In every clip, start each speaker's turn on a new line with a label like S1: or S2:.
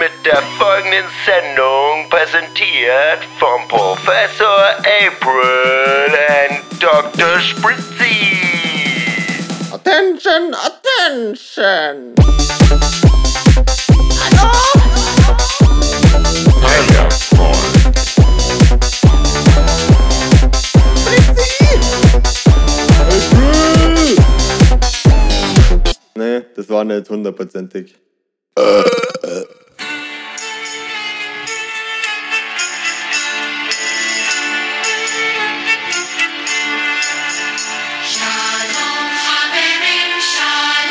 S1: mit der folgenden Sendung präsentiert vom Professor April und Dr. Spritzi.
S2: Attention, attention! Nee, Ne, das war nicht hundertprozentig.
S3: Shalom Haberim, Shalom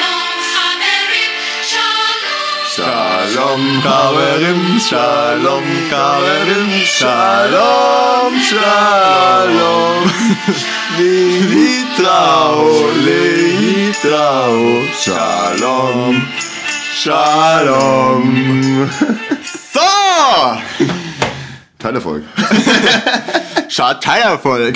S3: Haberim, Shalom.
S4: Shalom Kaverim, Shalom Kaverim, Shalom, Shalom. Leitrao, Leitrao, Shalom, Shalom. So! Teilerfolg. Scha- Teilerfolg.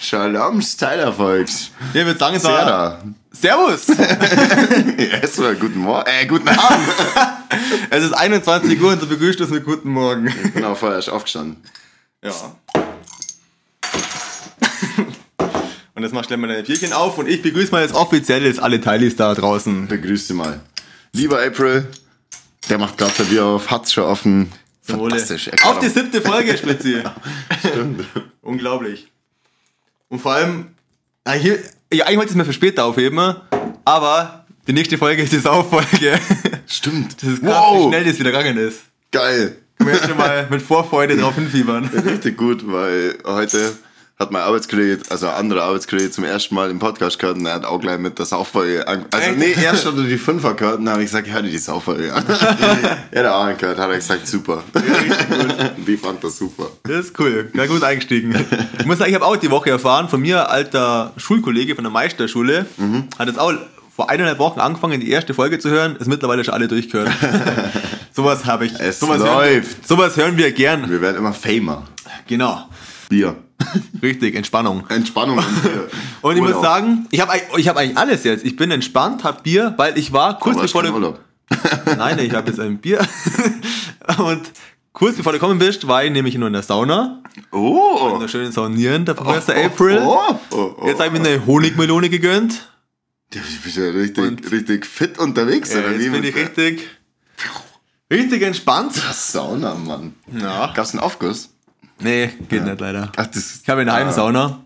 S4: Shaloms Teilerfolgs.
S5: Ja, ich würde sagen, es war.
S4: Serda.
S5: Servus!
S4: Erstmal guten Morgen. Äh, guten Abend.
S5: es ist 21 Uhr und du begrüßt uns mit Guten Morgen.
S4: Genau, vorher ist aufgestanden.
S5: Ja. Und jetzt machst du gleich mal deine Bierchen auf und ich begrüße mal jetzt offiziell jetzt alle Teilis da draußen.
S4: Begrüß sie mal. Lieber April, der macht gerade sein Bier auf, hat's schon offen. Fantastisch. er kann
S5: Auf die siebte Folge, Spritzi. Unglaublich. Und vor allem, ah, hier, ja, eigentlich wollte ich es mir für später aufheben, aber die nächste Folge ist die Sauffolge.
S4: Stimmt.
S5: Das ist krass, wie
S4: wow,
S5: schnell das wieder gegangen ist.
S4: geil.
S5: Wir jetzt schon mal mit Vorfreude drauf hinfiebern.
S4: Richtig gut, weil heute hat mein Arbeitskollege, also ein anderer Arbeitskollege zum ersten Mal im Podcast gehört und er hat auch gleich mit der Sauffolge angefangen. Also
S5: Echt?
S4: nee, erst hat er die Fünfer gehört und dann habe ich gesagt, hör dir die Sauffolge an. er hat auch angehört, hat er gesagt, super. die fand das super.
S5: Das ist cool, ganz gut eingestiegen. Ich muss sagen, ich habe auch die Woche erfahren, von mir, alter Schulkollege von der Meisterschule,
S4: Mhm.
S5: hat jetzt auch vor eineinhalb Wochen angefangen, die erste Folge zu hören, ist mittlerweile schon alle durchgehört. sowas habe ich.
S4: Es
S5: sowas Hören,
S4: läuft.
S5: sowas hören wir gern.
S4: Wir werden immer famer.
S5: Genau.
S4: Bier.
S5: Richtig, Entspannung.
S4: Entspannung und Bier.
S5: Und ich muss
S4: Urlaub.
S5: sagen, ich habe eig- ich habe eigentlich alles jetzt. Ich bin entspannt, hab Bier, weil ich war kurz
S4: Aber es ist
S5: bevor
S4: kein
S5: du.
S4: Urlaub.
S5: Nein, ich habe jetzt ein Bier. Und kurz bevor du kommen bist, war ich nämlich nur in der Sauna.
S4: Oh.
S5: In der schönen Saunieren, der Professor April.
S4: Oh, oh, oh.
S5: Jetzt habe ich mir eine Honigmelone gegönnt.
S4: Du bist ja richtig,
S5: Und-
S4: richtig fit unterwegs,
S5: Äh,
S4: oder
S5: jetzt
S4: wie?
S5: bin
S4: Mit
S5: ich
S4: der
S5: richtig, richtig entspannt.
S4: Sauna, Mann.
S5: Ja.
S4: Gab's einen Aufguss?
S5: Nee, geht nicht leider.
S4: Ach, das ist
S5: Ich habe eine Heimsauna.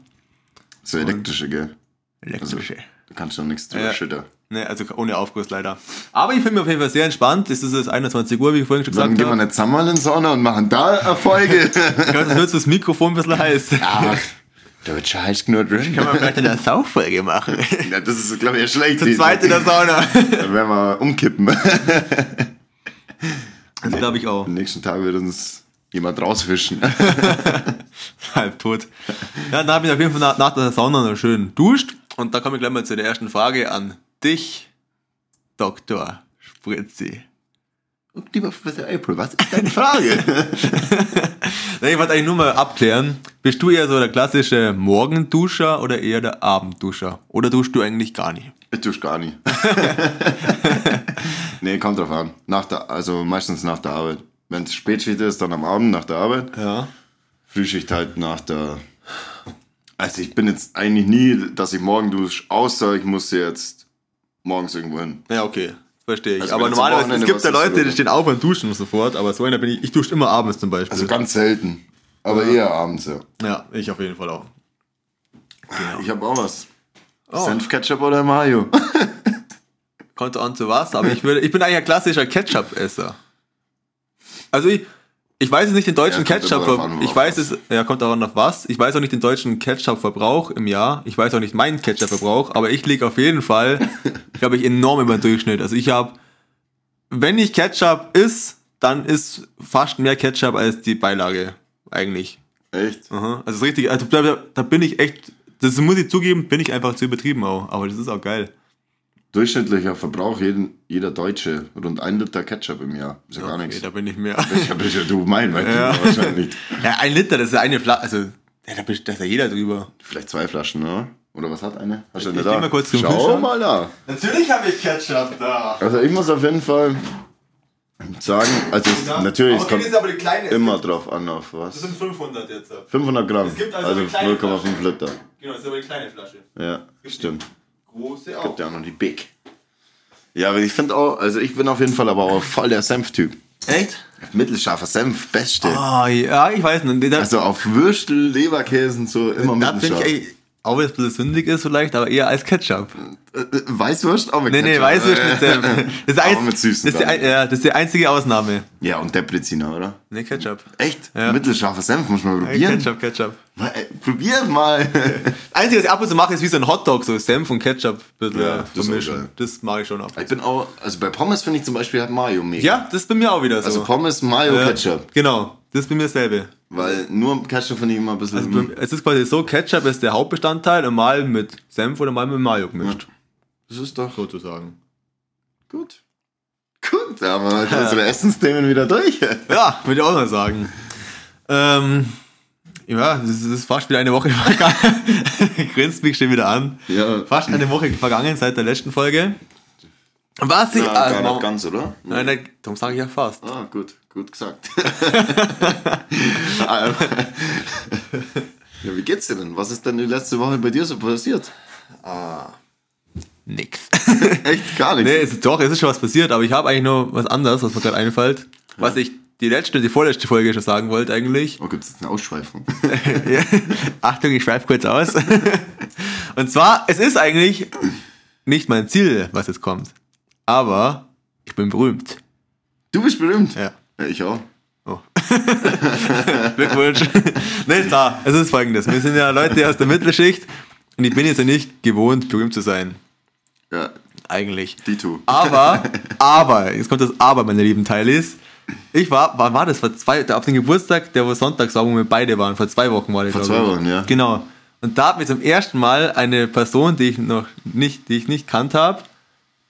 S4: so elektrische, gell?
S5: Elektrische.
S4: Du kannst schon nichts drüber
S5: Ja.
S4: schütteln.
S5: Nee, also ohne Aufguss leider. Aber ich fühle mich auf jeden Fall sehr entspannt. Es ist jetzt 21 Uhr, wie ich vorhin schon
S4: Dann
S5: gesagt
S4: gehen wir
S5: habe.
S4: nicht zusammen in die Sauna und machen da Erfolge.
S5: Ich glaube, jetzt wird das Mikrofon ein bisschen heiß.
S4: Ach, da wird schon heiß genug drin.
S5: Kann man vielleicht in der Sauffolge machen.
S4: Ja, das ist, glaube ich, ja schlecht.
S5: Zu zweit in der Sauna. Also
S4: Dann werden wir umkippen.
S5: Das glaube ich auch.
S4: Am nächsten Tag wird uns jemand rausfischen.
S5: Halb tot. Ja, dann habe ich auf jeden Fall nach, nach der Sauna noch schön duscht. Und da komme ich gleich mal zu der ersten Frage an dich, Dr. Spritzi.
S4: Lieber Professor April, was ist deine Frage?
S5: Nee, ich wollte eigentlich nur mal abklären. Bist du eher so der klassische Morgenduscher oder eher der Abendduscher? Oder duschst du eigentlich gar nicht?
S4: Ich tust gar nicht. nee, kommt drauf an. Nach der, also meistens nach der Arbeit. Wenn es Spätschicht ist, dann am Abend nach der Arbeit.
S5: Ja.
S4: Frühschicht halt nach der. Also ich bin jetzt eigentlich nie, dass ich morgen dusche, außer ich muss jetzt morgens irgendwo hin.
S5: Ja, okay. Verstehe ich.
S4: Also
S5: aber
S4: wenn du zum
S5: normalerweise, es
S4: Wochenende
S5: gibt ja
S4: was isst
S5: Leute,
S4: oder
S5: die
S4: so.
S5: stehen auf und duschen sofort, aber so einer bin ich. Ich dusche immer abends zum Beispiel.
S4: Also ganz selten. Aber eher abends, ja.
S5: ja, ich auf jeden Fall auch.
S4: Ich habe auch was.
S5: Oh.
S4: Senfketchup oder Mayo?
S5: Kommt an zu was, aber ich, würde, ich bin eigentlich ein klassischer Ketchup-Esser. Also ich, ich weiß jetzt nicht den deutschen
S4: Ja, kommt immer drauf
S5: Ketchup.
S4: an,
S5: Ich
S4: auf
S5: weiß es, ja, kommt daran auf was. Ich weiß auch nicht den deutschen Ketchup-Verbrauch im Jahr. Ich weiß auch nicht meinen Ketchup-Verbrauch, aber ich liege auf jeden Fall, glaube ich, enorm über den Durchschnitt. Also ich habe, wenn ich Ketchup isst, dann ist fast mehr Ketchup als die Beilage eigentlich.
S4: Echt?
S5: Aha. Also das richtig, also da, da bin ich echt, das muss ich zugeben, bin ich einfach zu übertrieben auch. Aber das ist auch geil.
S4: Durchschnittlicher Verbrauch jeden, jeder Deutsche. Rund ein Liter Ketchup im Jahr. Ist ja, gar nichts.
S5: Okay, da bin ich mehr.
S4: Ich habe ja du mein, weil du wahrscheinlich.
S5: Ja, ein Liter, das ist eine Flasche. Also, ja, da bist- da ist ja jeder drüber.
S4: Vielleicht zwei Flaschen, oder? Oder was hat eine? Hast du
S5: Ich
S4: eine
S5: geh
S4: da?
S5: mal kurz zum
S4: Schau
S5: Kühlschrank.
S4: mal da.
S5: Natürlich habe ich Ketchup da.
S4: Also ich muss auf jeden Fall sagen, also es, natürlich, es kommt
S5: aber die kleine.
S4: immer drauf an, auf was.
S5: 500 jetzt.
S4: 500 Gramm,
S5: Es gibt also
S4: also
S5: eine kleine
S4: 0,5 Liter.
S5: Genau, das ist aber die kleine Flasche.
S4: Ja, stimmt.
S5: Große
S4: Gibt ja auch noch die Big. Ja, aber ich finde auch, also ich bin auf jeden Fall aber auch voll der Senf-Typ.
S5: Echt?
S4: Mittelscharfer Senf, beste.
S5: Ah, ja, ich weiß nicht. Das,
S4: Also auf Würstel, Leberkäsen, so immer
S5: das finde ich
S4: mittelscharf.
S5: eigentlich, auch wenn es ein bisschen sündig ist vielleicht, aber eher als Ketchup.
S4: Äh, äh, Weißwurst auch mit
S5: Nee, nee,
S4: Ketchup.
S5: weißt du,
S4: Äh,
S5: mit Senf. Das ist,
S4: Auch
S5: eins-
S4: mit süßen
S5: das, ist die,
S4: dann.
S5: ein- ja, das ist die einzige Ausnahme.
S4: Ja, und Debreziner, oder?
S5: Nee, Ketchup.
S4: Echt?
S5: Ja.
S4: Mittelscharfer Senf muss man probieren.
S5: Ketchup, Ketchup.
S4: Mal, äh, probiert mal.
S5: Das Einzige, was ich ab und zu mache, ist wie so ein Hotdog, so Senf und Ketchup ein bisschen
S4: Ja,
S5: äh,
S4: das ist auch
S5: vermischen.
S4: geil.
S5: Das mache ich schon ab.
S4: ich bin auch, also bei Pommes finde ich zum Beispiel halt Mayo mega.
S5: Ja, das ist bei mir auch wieder so.
S4: Also Pommes, Mayo,
S5: Ja,
S4: Ketchup.
S5: Genau, das ist bei mir dasselbe.
S4: Weil nur Ketchup finde ich immer ein bisschen.
S5: Also bei- Es ist quasi so, Ketchup ist der Hauptbestandteil und mal mit Senf oder mal mit Mayo gemischt.
S4: das ist doch
S5: Sozusagen.
S4: gut. Gut, da haben wir heute unsere Essensthemen wieder durch.
S5: Ja, würde ich auch mal sagen. Ähm, ja, es ist fast wieder eine Woche vergangen. Grinst mich schon wieder an.
S4: Ja.
S5: Fast eine Woche vergangen seit der letzten Folge. Was ich...
S4: Ja,
S5: ah,
S4: gar nicht
S5: warum-
S4: ganz, oder?
S5: Nein, nein, darum sage ich ja fast.
S4: Ah, gut, gut gesagt. ja, wie geht's dir denn? Was ist denn die letzte Woche bei dir so passiert?
S5: Nix.
S4: Echt gar nichts.
S5: Nee, es ist, doch, es ist schon was passiert, aber ich habe eigentlich nur was anderes, was mir gerade einfällt. Was ich die letzte, die vorletzte Folge schon sagen wollte eigentlich.
S4: Oh, gibt's jetzt eine Ausschweifung?
S5: Ja. Achtung, ich schreibe kurz aus. Und zwar, es ist eigentlich nicht mein Ziel, was jetzt kommt. Aber ich bin berühmt.
S4: Du bist berühmt.
S5: Ja.
S4: Ich auch.
S5: Glückwunsch. nee, klar, es ist folgendes. Wir sind ja Leute aus der Mittelschicht und ich bin jetzt ja nicht gewohnt, berühmt zu sein.
S4: Ja,
S5: Eigentlich.
S4: Dito.
S5: Aber, aber, jetzt kommt das Aber, meine lieben Teilis. Ich war, wann war das? Vor zwei, auf den Geburtstag, der wo Sonntags war, wo wir beide waren. Vor zwei Wochen war das.
S4: Vor
S5: glaube
S4: zwei
S5: ich.
S4: Wochen, ja.
S5: Genau. Und da hat mir zum ersten Mal eine Person, die ich noch nicht, die ich nicht kannt habe,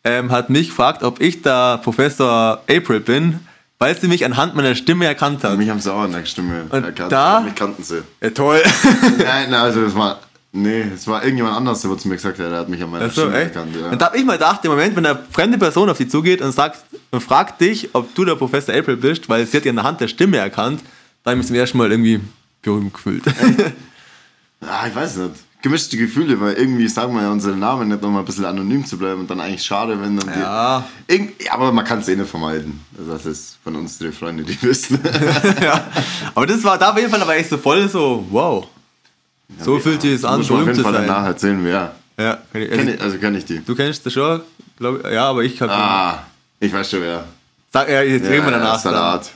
S5: ähm, hat mich gefragt, ob ich da Professor April bin, weil sie mich anhand meiner Stimme erkannt hat.
S4: Mich haben sie auch an der Stimme erkannt.
S5: da-
S4: Mich kannten sie.
S5: Ja, toll.
S4: Nein, nein, also es war. Nee, es war irgendjemand anders, der zu mir gesagt hat, der hat mich an meiner
S5: Ach so,
S4: Stimme
S5: echt?
S4: erkannt. Ja.
S5: Und da hab ich mal gedacht, im Moment, wenn eine fremde Person auf dich zugeht und sagt und fragt dich, ob du der Professor April bist, weil sie hat ja anhand der Stimme erkannt, da hab ich mich zum ersten Mal irgendwie berühmt gefühlt.
S4: Ah, ich weiß nicht. Gemischte Gefühle, weil irgendwie sagen wir ja unsere Namen nicht nochmal ein bisschen anonym zu bleiben und dann eigentlich schade, wenn dann
S5: Ja.
S4: die. Irgend, ja, aber man kann es eh nicht vermeiden. Also das ist von uns die Freunde, die wissen.
S5: ja. Aber das war da auf jeden Fall, da war ich so voll so, wow. So fühlt sich das an,
S4: Muss man auf
S5: berühmt
S4: jeden
S5: zu
S4: Fall
S5: sein.
S4: danach erzählen, wer.
S5: Ja, kann ich,
S4: Kenn
S5: also,
S4: ich, also kenne ich die.
S5: du kennst das schon, glaub, ich. ja, aber ich hab.
S4: Ah, ich weiß schon wer.
S5: Sag, ja, jetzt reden wir danach. dann.
S4: Salat.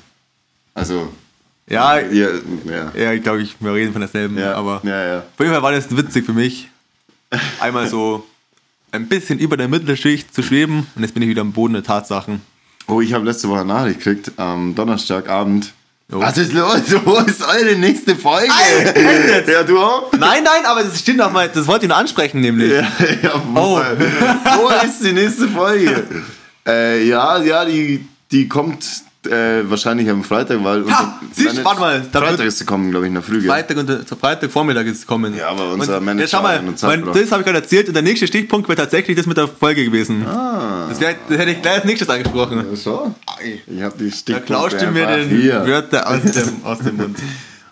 S4: Also,
S5: Ja,
S4: ihr, ja.
S5: ja, ich glaube, ich, wir reden von derselben,
S4: Ja,
S5: aber.
S4: ja, ja.
S5: Auf jeden Fall war das witzig für mich. Einmal so ein bisschen über der Mittelschicht zu schweben und jetzt bin ich wieder am Boden der Tatsachen.
S4: Oh, ich habe letzte Woche eine Nachricht gekriegt, am Donnerstagabend.
S5: Oh.
S4: Was ist los? Wo ist eure nächste Folge?
S5: Alter, echt jetzt?
S4: ja, du auch?
S5: Nein, nein, aber das stimmt nochmal, das wollte ich nur ansprechen, nämlich.
S4: Ja, ja,
S5: Oh.
S4: wo, wo ist die nächste Folge? äh, ja, ja, die, die kommt äh, wahrscheinlich am Freitag, weil. unser-
S5: siehst du, warte mal, da wird-
S4: Freitag ist sie kommen, glaube ich, in der Früh. gell?
S5: Freitag und äh, Freitag Vormittag ist gekommen.
S4: Ja, aber unser
S5: und,
S4: Manager
S5: jetzt schau
S4: hat
S5: mal,
S4: einen
S5: mein,
S4: Zeitblock.
S5: das habe ich gerade erzählt und der nächste Stichpunkt wäre tatsächlich das mit der Folge gewesen.
S4: Ah.
S5: Das, wär, das hätte ich gleich als nächstes angesprochen.
S4: So? Ich habe die
S5: Da
S4: Stichpunkte
S5: klaust du mir
S4: einfach
S5: den
S4: hier.
S5: Wörter aus dem, aus dem Mund.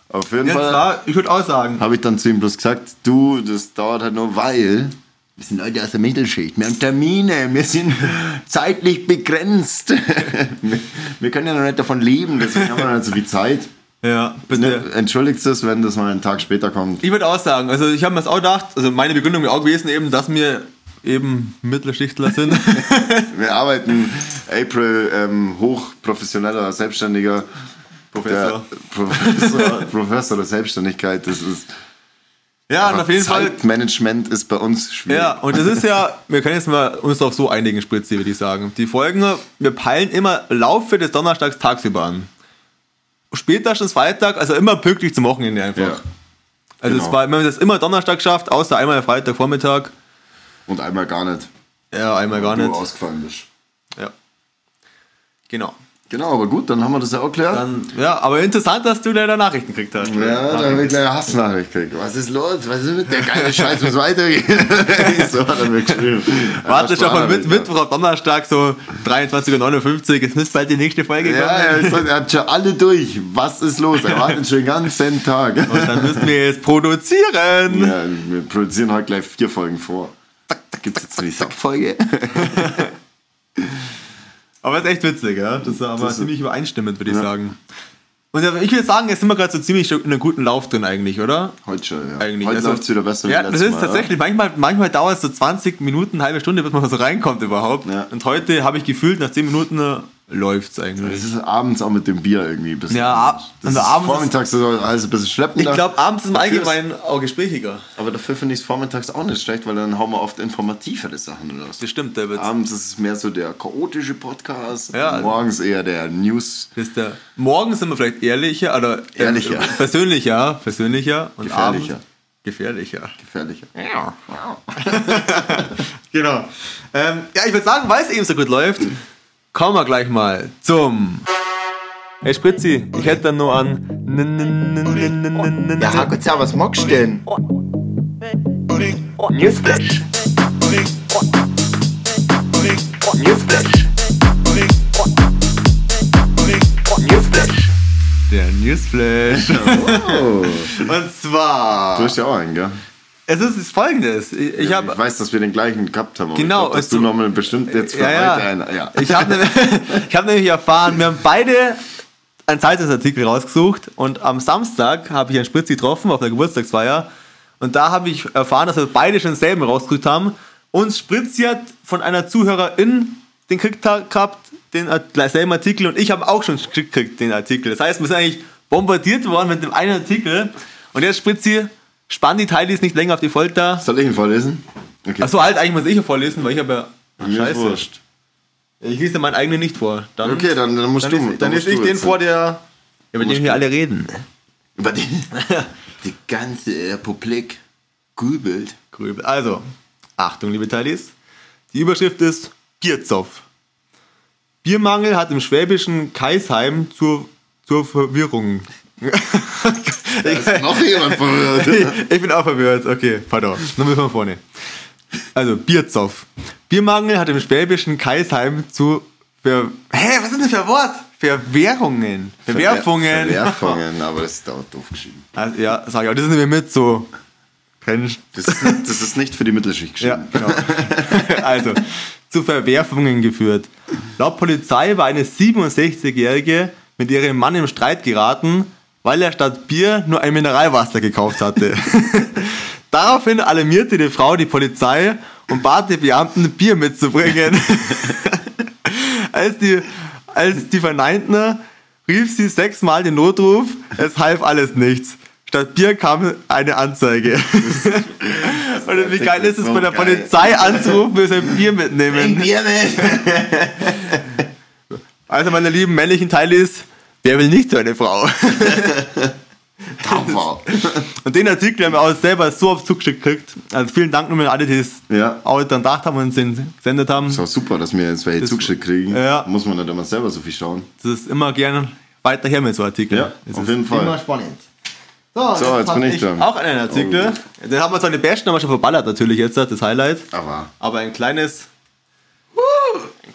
S4: Auf jeden
S5: Jetzt
S4: Fall
S5: da, ich würde auch sagen,
S4: habe ich dann zu ihm bloß gesagt, du, das dauert halt nur, weil wir sind Leute aus der Mittelschicht, wir haben Termine, wir sind zeitlich begrenzt. wir, wir können ja noch nicht davon leben, deswegen haben wir noch nicht so viel Zeit.
S5: ja, bitte.
S4: Ne, entschuldigt es, wenn das mal einen Tag später kommt.
S5: Ich würde auch sagen, also ich habe mir das auch gedacht, also meine Begründung wäre auch gewesen eben, dass wir eben Mittelschichtler sind.
S4: Wir arbeiten April ähm, hochprofessioneller, selbstständiger
S5: Professor.
S4: Der, Professor, Professor der Selbstständigkeit. Das ist
S5: ja, und auf jeden Fall.
S4: Zeitmanagement ist bei uns schwierig.
S5: Ja, und das ist ja, wir können jetzt mal uns doch so einigen, Spritze, würde ich sagen. Die Folgen, wir peilen immer Laufe des Donnerstags tagsüber an. Spätestens Freitag, also immer pünktlich zum Wochenende einfach.
S4: Ja.
S5: also es
S4: genau.
S5: war, wenn man das immer Donnerstag schafft, außer einmal Freitagvormittag,
S4: Und einmal gar nicht.
S5: ja, einmal gar
S4: Du
S5: nicht.
S4: ausgefallen bist.
S5: Ja. Genau.
S4: Genau, aber gut, dann haben wir das ja auch geklärt.
S5: Dann, ja, aber interessant, dass du leider Nachrichten gekriegt hast.
S4: ja, dann habe ich gleich eine Hassnachricht gekriegt. Was ist los? Was ist mit der geile Scheiße? Muss weitergehen. so hat er mir geschrieben.
S5: Warte schon mal mit,
S4: Sprachnachricht,
S5: Mittwoch auf Donnerstag, so 23.59 Uhr. Es müsste bald die nächste Folge
S4: Ja,
S5: kommen.
S4: ja er ist- er hat schon alle durch. Was ist los? Er wartet schon den ganzen Tag.
S5: Und dann müssen wir es produzieren.
S4: Ja, wir produzieren heute gleich vier Folgen vor. Gibt es jetzt noch die Sackfolge?
S5: Aber ist echt witzig, ja. Das ist aber
S4: ist-
S5: ziemlich übereinstimmend, würde ich
S4: Ja.
S5: sagen. Und äh, ich würde sagen, jetzt sind wir gerade so ziemlich in einem guten Lauf drin eigentlich, oder?
S4: Heute schon, ja.
S5: Eigentlich.
S4: Heute
S5: also-
S4: läuft es wieder besser
S5: Ja,
S4: wie
S5: das
S4: letztes
S5: ist
S4: Mal,
S5: tatsächlich, manchmal, manchmal dauert es so 20 Minuten, eine halbe Stunde, bis man so reinkommt überhaupt.
S4: Ja.
S5: Und heute habe ich gefühlt, nach 10 Minuten äh, läuft's
S4: oder?
S5: eigentlich.
S4: Es ist abends auch mit dem Bier irgendwie ein bisschen.
S5: Ja, ab-
S4: das
S5: also
S4: ist
S5: abends ist-
S4: Vormittags ist alles ein bisschen schleppender.
S5: Ich glaube, abends ist im
S4: Dafür
S5: Allgemeinen auch gesprächiger.
S4: Aber dafür finde ich es vormittags auch nicht schlecht, weil dann hauen wir oft informativere Sachen raus.
S5: Das stimmt, David.
S4: Abends ist es mehr so der chaotische Podcast,
S5: Ja. also
S4: morgens eher der News.
S5: Das ist der, morgens sind wir vielleicht ehrlicher oder äh,
S4: Ehrlicher.
S5: persönlicher, persönlicher und
S4: Gefährlicher.
S5: abends gefährlicher.
S4: Gefährlicher.
S5: Genau. Ähm, ja, ich würde sagen, weil es eben so gut läuft, kommen wir gleich mal zum. Hey Spritzi, ich hätte dann nur an.
S6: Ja, Gott sei was magst du denn?
S4: Oh,
S1: Newsflash. Newsflash. Newsflash.
S5: Der Newsflash.
S4: Oh.
S5: Und
S4: Du
S5: zwar.
S4: hast ja auch einen, gell?
S5: Es ist das folgendes. Ich, ich
S4: ich
S5: habe.
S4: weiß, dass wir den gleichen gehabt haben. aber
S5: Genau,
S4: Ich glaub, dass
S5: also-
S4: du nochmal bestimmt jetzt für
S5: Ja,
S4: heute
S5: ja.
S4: einen. Ja.
S5: Ich habe ne, ich hab nämlich erfahren, wir haben beide einen Zeitungsartikel rausgesucht und am Samstag habe ich einen Spritzi getroffen auf einer Geburtstagsfeier und da habe ich erfahren, dass wir beide schon selben rausgesucht haben und Spritzi hat von einer Zuhörerin den gekriegt ha- gehabt, den Art- selben Artikel und ich habe auch schon gekriegt gekriegt, den Artikel. Das heißt, wir sind eigentlich bombardiert worden mit dem einen Artikel und jetzt Spritzi, spann die Teile nicht länger auf die Folter.
S4: Soll ich ihn vorlesen? Okay.
S5: Achso, halt, eigentlich muss ich ja vorlesen, weil ich habe ja...
S4: Mir ist
S5: Scheiße.
S4: wurscht.
S5: Ich lese dir meinen eigenen nicht vor. Dann,
S4: Okay, dann, dann musst
S5: dann
S4: du.
S5: lese, dann
S4: musst
S5: lese ich
S4: du
S5: den
S4: jetzt-
S5: vor, der. Über den wir alle reden.
S4: Über die, die ganze Republik grübelt.
S5: Grübel. Also, Achtung, liebe Teilis. Die Überschrift ist Bierzopf. Biermangel hat im schwäbischen Kaisheim zur, zur Verwirrung.
S4: Noch jemand verwirrt.
S5: ich bin auch verwirrt. Okay, pardon. Nochmal von vorne. Also, Bierzopf. Biermangel hat im schwäbischen Kaisheim zu Ver Hä, was ist denn für ein Wort? Verwährungen. Verwerfungen.
S4: Verwerfungen, aber das ist auch doof geschrieben.
S5: Also, ja, sag ich auch, das sind wir mit so. Mensch.
S4: Das ist, nicht, das ist nicht für die Mittelschicht
S5: Ja,
S4: geschrieben.
S5: genau. also, zu Verwerfungen geführt. Laut Polizei war eine 67-Jährige mit ihrem Mann im Streit geraten, weil er statt Bier nur ein Mineralwasser gekauft hatte. Daraufhin alarmierte die Frau die Polizei und bat die Beamten, Bier mitzubringen. als, die, als die Verneinten rief sie sechsmal den Notruf, es half alles nichts. Statt Bier kam eine Anzeige. Und wie geil ist es, bei der
S4: Geil.
S5: Polizei anzurufen, wir sollen Bier mitnehmen.
S4: Bier mit.
S5: Also, meine lieben männlichen Teile ist, wer will nicht so eine Frau?
S4: Taufer.
S5: Und den Artikel haben wir auch selber so aufs Zugeschick gekriegt. Also, vielen Dank nochmal an alle, die es
S4: Ja.
S5: auch dann gedacht haben und uns den gesendet haben.
S4: Ist auch super, dass wir jetzt welche zugeschickt kriegen.
S5: Ja.
S4: Muss man nicht immer selber so viel schauen.
S5: Das ist immer gerne weiter her mit so Artikeln.
S4: Ja,
S5: Es
S4: auf
S5: ist
S4: jeden Fall.
S5: Immer spannend. So,
S4: So, jetzt
S5: hab
S4: bin ich dran. Oh,
S5: Auch einen Artikel. Den haben wir zwar in den Bärchen, haben wir schon verballert natürlich jetzt, das Highlight.
S4: Aber
S5: Aber ein kleines...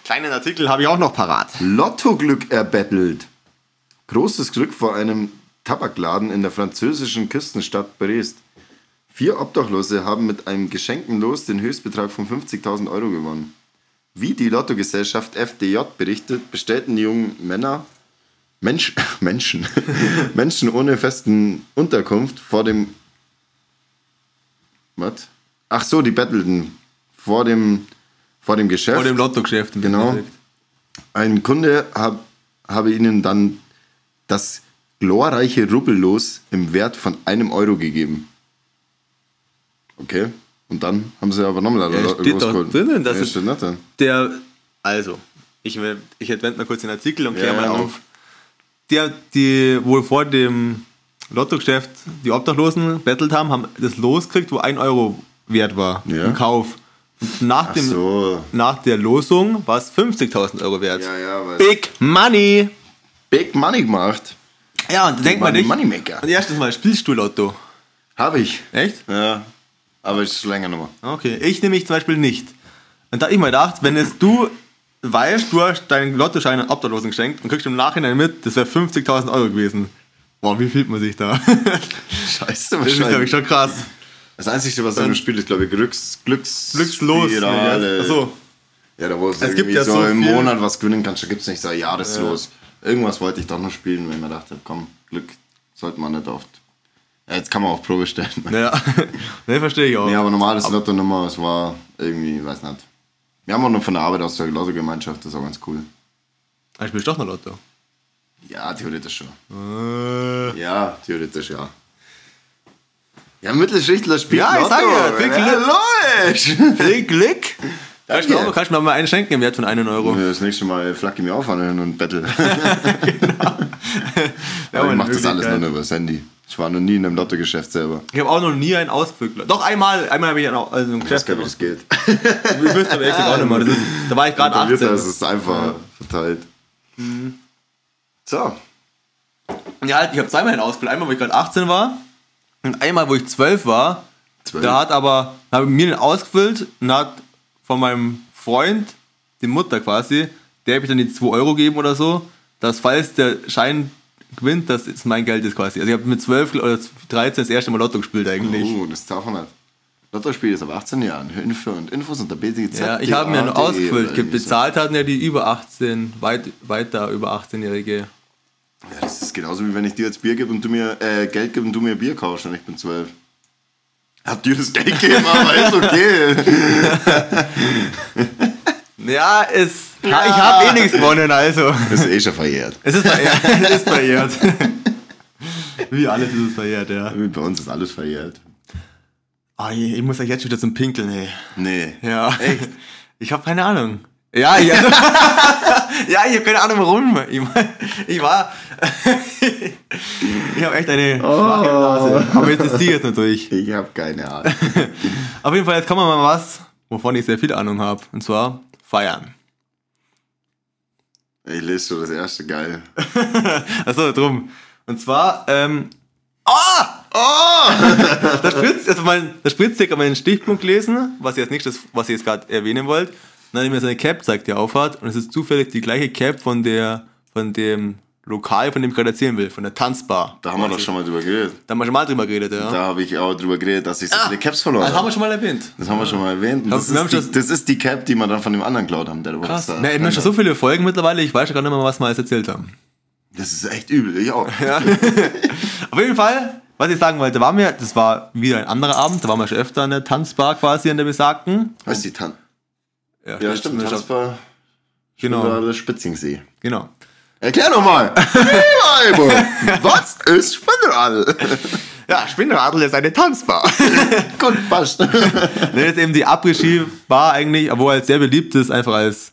S5: Einen kleinen Artikel habe ich auch noch parat.
S4: Lottoglück erbettelt. Großes Glück vor einem Tabakladen in der französischen Küstenstadt Brest. Vier Obdachlose haben mit einem geschenkten Los den Höchstbetrag von 50.000 Euro gewonnen. Wie die Lottogesellschaft FDJ berichtet, bestellten die jungen Männer Mensch, Menschen, Menschen ohne festen Unterkunft vor dem Was? Ach so, die bettelten vor dem vor dem Geschäft.
S5: Vor dem Lotto-Geschäft. im
S4: Genau.
S5: Endeffekt.
S4: Ein Kunde hab, habe ihnen dann das glorreiche Rubbellos im Wert von einem Euro gegeben. Okay. Und dann haben sie aber nochmal
S5: Ja, steht doch drinnen, dass es-
S4: steht nicht drin.
S5: Der, also, ich, will- ich entwende mal kurz den Artikel und kläre
S4: Ja,
S5: mal
S4: ja,
S5: auf. Der, die wohl vor dem Lottogeschäft die Obdachlosen bettelt haben, haben das Los gekriegt, wo ein Euro wert war
S4: Ja.
S5: im Kauf. Nach, dem,
S4: So.
S5: nach der Losung war es 50.000 Euro wert.
S4: Ja, ja, weil
S5: Big Money!
S4: Big Money gemacht.
S5: Ja, und denk mal
S4: Money
S5: nicht.
S4: Moneymaker.
S5: Und erstes Mal Spielstuhl-Lotto.
S4: Habe ich.
S5: Echt?
S4: Ja. Aber ist schon länger nochmal.
S5: Okay, ich nehme mich zum Beispiel nicht. Und da hab ich mir gedacht, wenn es du weißt, du hast deinen Lottoschein an Obdachlosen geschenkt und kriegst im Nachhinein mit, das wäre 50.000 Euro gewesen. Boah, wie fühlt man sich da?
S4: Scheiße,
S5: Das ist, glaube ich,
S4: wahrscheinlich.
S5: schon krass.
S4: Das Einzige, was in dem Spiel ist, glaube ich, Glücks, Glücks,
S5: Glückslos.
S4: Spirale.
S5: Achso,
S4: Ja, da wo es,
S5: Es gibt
S4: irgendwie
S5: ja
S4: so,
S5: so
S4: im
S5: viel-
S4: Monat was gewinnen kannst, da gibt es nicht so ein Jahreslos. Irgendwas wollte ich doch noch spielen, wenn man dachte, komm, Glück sollte man nicht oft. Ja, jetzt kann man auf Probe stellen. Ja,
S5: ja. ne, verstehe ich auch.
S4: aber normales Lotto Nummer, es war irgendwie, weiß nicht. Wir haben auch noch von der Arbeit aus der Lotto-Gemeinschaft, das ist auch ganz cool.
S5: Ah, Ich spiele doch noch Lotto.
S4: Ja, theoretisch schon.
S5: Äh,
S4: Ja, theoretisch ja. Ja, Mittelschichtler spielt
S5: Ja, ich
S4: Lotto.
S5: sag ja, Glück,
S4: ja, logisch.
S5: Glück, Glück. Kannst du
S4: Danke.
S5: mir- kannst du mir mal einen schenken im Wert von 1 Euro?
S4: Das nächste Mal flacke mir auf an und bettel.
S5: Ja,
S4: Aber ich
S5: meine
S4: mach das alles
S5: Möglichkeit.
S4: nur noch übers Handy. Ich war noch nie in einem Lottogeschäft selber.
S5: Ich habe auch noch nie einen Ausflug. Doch einmal, einmal habe ich einen, Au- also einen
S4: Ich weiß
S5: Geschäft.
S4: gar nicht, wie das geht.
S5: Ich wüsste aber echt auch nicht mehr. Das ist, da war ich gerade
S4: Bei mir ist
S5: 18.
S4: Das ist einfach verteilt.
S5: Mhm.
S4: So.
S5: Ja, halt, ich habe zweimal einen Ausflug. Einmal, wo ich gerade 18 war und einmal, wo ich 12 war.
S4: Zwölf.
S5: Da hat aber, da habe ich mir den ausgefüllt und hat von meinem Freund, die Mutter quasi, der habe ich dann die 2 Euro gegeben oder so, dass falls der Schein gewinnt, dass es mein Geld ist quasi. Also ich habe mit 12 oder 13 das erste Mal Lotto gespielt eigentlich.
S4: Uh, das darf man nicht. Lottospiel ist ab 18 Jahren. Info und Infos unter btgz.
S5: Ja, ich habe mir
S4: E
S5: nur ausgefüllt. Ge- Bezahlt hatten ja die über 18, weit, weiter über 18-Jährige.
S4: Ja, das ist genauso wie wenn ich dir jetzt Bier gebe und du mir äh, Geld gebe und du mir Bier kaufst und ich bin 12. Hab dir das Geld gegeben, aber ist okay.
S5: Ja, es, ha- ich habe eh nichts gewonnen, also.
S4: Das ist eh schon verjährt.
S5: Es ist verjährt. es ist verjährt. Wie alles ist es verjährt, ja.
S4: Bei uns ist alles verjährt.
S5: Oh, je, ich muss euch jetzt schon wieder zum Pinkeln, ey.
S4: Nee.
S5: Ja. Echt? Ich habe keine Ahnung. Ja, ja. ja, ich habe keine Ahnung, warum. Ich, mein, ich war. ich habe echt eine schwache Nase. Aber jetzt ist die jetzt natürlich.
S4: Ich hab keine Ahnung.
S5: Auf jeden Fall, jetzt kommen wir mal was, wovon ich sehr viel Ahnung habe. Und zwar feiern.
S4: Ich lese schon das erste geil.
S5: Achso, drum. Und zwar, ähm. Ah! Oh! da spritzt, also mein, da spritzt circa meinen Stichpunkt lesen, was ihr jetzt nicht, das, was ihr jetzt gerade erwähnen wollt. Und dann hat er mir seine Cap zeigt, die er aufhat. Und es ist zufällig die gleiche Cap von der, von dem Lokal, von dem ich gerade erzählen will, von der Tanzbar.
S4: Da haben wir doch schon mal drüber geredet.
S5: Da haben wir schon mal drüber geredet, ja. Ah.
S4: Da habe ich auch drüber geredet, dass ich so viele Caps verloren
S5: das haben
S4: habe.
S5: wir schon mal erwähnt.
S4: Das haben wir schon mal erwähnt. Und Das,
S5: wir haben
S4: ist
S5: schon-
S4: die, das ist die Cap, die wir dann von dem anderen geklaut haben, der du
S5: Krass.
S4: da-
S5: Na, ich habe schon so viele Folgen mittlerweile, ich weiß schon gar nicht mehr, was wir alles erzählt haben.
S4: Das ist echt übel, ich auch.
S5: Auf jeden Fall, was ich sagen wollte, waren wir, das war wieder ein anderer Abend, da waren wir schon öfter in der Tanzbar quasi, in der besagten.
S4: Weißt du, die Tan
S5: jetzt
S4: Ja, stimmt,
S5: zumindest-
S4: Tanzbar
S5: Genau,
S4: über Spitzingsee.
S5: genau.
S4: Erklär nochmal! Was ist Spindelradl?
S5: Ja, Spinnradl ist eine Tanzbar.
S4: Gut, passt.
S5: das ist eben die Après-Ski-Bar eigentlich, obwohl halt sehr beliebt ist, einfach als,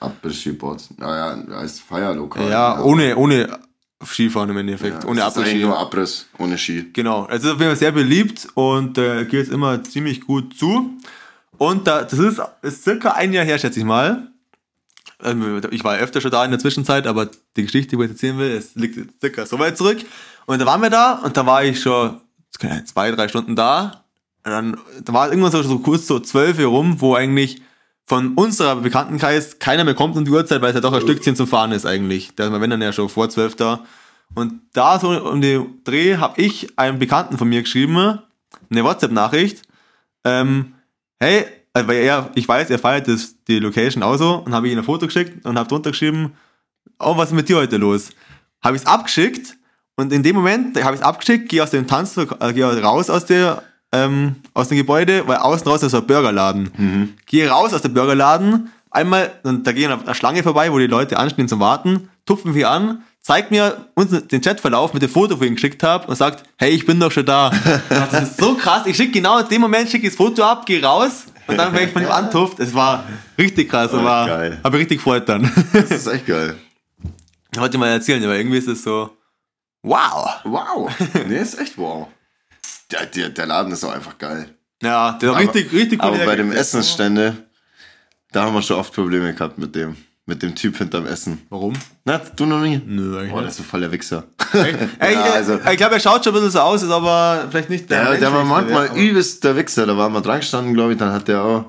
S4: Abbeschieborts. Naja, als Feierlokal.
S5: ja, ohne, ohne Skifahren im Endeffekt,
S4: Ja,
S5: ohne
S4: es ist eigentlich
S5: Après-Ski.
S4: nur Abriss, ohne Ski.
S5: Genau, es ist auf jeden Fall sehr beliebt und äh, geht es immer ziemlich gut zu. Und da, das ist, ist circa ein Jahr her, schätze ich mal. Ähm, Ich war öfter schon da in der Zwischenzeit, aber die Geschichte, die ich jetzt erzählen will, es liegt jetzt circa so weit zurück. Und da waren wir da und da war ich schon keine Ahnung, zwei, drei Stunden da. Und dann da war irgendwann so, so kurz so zwölf hier rum, wo eigentlich von unserer Bekanntenkreis keiner mehr kommt um die Uhrzeit, weil es ja doch ein Stückchen zum Fahren ist eigentlich. Da ist man, wenn dann ja schon vor zwölf da. Und da so um den Dreh habe ich einem Bekannten von mir geschrieben, eine WhatsApp-Nachricht, ähm, hey, äh, weil er, ich weiß, er feiert das, die Location auch so und habe ich ihm ein Foto geschickt und habe drunter geschrieben, oh, was ist mit dir heute los? Habe ich es abgeschickt und in dem Moment habe ich es abgeschickt, gehe aus dem Tanz, äh, geh raus aus der ähm, aus dem Gebäude, weil außen raus ist so ein Burgerladen. Gehe raus aus dem Burgerladen, einmal, und da gehen eine Schlange vorbei, wo die Leute anstehen zum Warten, tupfen mich an, zeigt mir uns den Chatverlauf mit dem Foto, wo ich ihn geschickt habe und sagt, hey, ich bin doch schon da. das ist so krass, ich schicke genau in dem Moment, schicke ich das Foto ab, gehe raus und dann werde ich von ihm antupft. Es war richtig krass, aber
S4: geil.
S5: habe ich richtig gefreut dann.
S4: Das ist echt geil.
S5: Ich wollte mal erzählen, aber irgendwie ist es so, wow.
S4: Wow. Nee, ist echt wow. Der, der, der Laden ist auch einfach geil.
S5: Ja, der hat richtig, richtig
S4: Aber bei dem
S5: hergekriegt.
S4: Essensstände, da haben wir schon oft Probleme gehabt mit dem. Mit dem Typ hinterm Essen.
S5: Warum?
S4: Na, du noch nie?
S5: Nö, eigentlich
S4: Boah,
S5: nicht.
S4: das ist so voll der Wichser.
S5: Ey,
S4: ja,
S5: der-
S4: also,
S5: ich glaube, er schaut schon ein bisschen so aus, ist aber vielleicht nicht der.
S4: der, der war
S5: menschlichste,
S4: manchmal
S5: ja, aber-
S4: übelst der Wichser. Da waren wir dran gestanden, glaube ich. Dann hat der auch.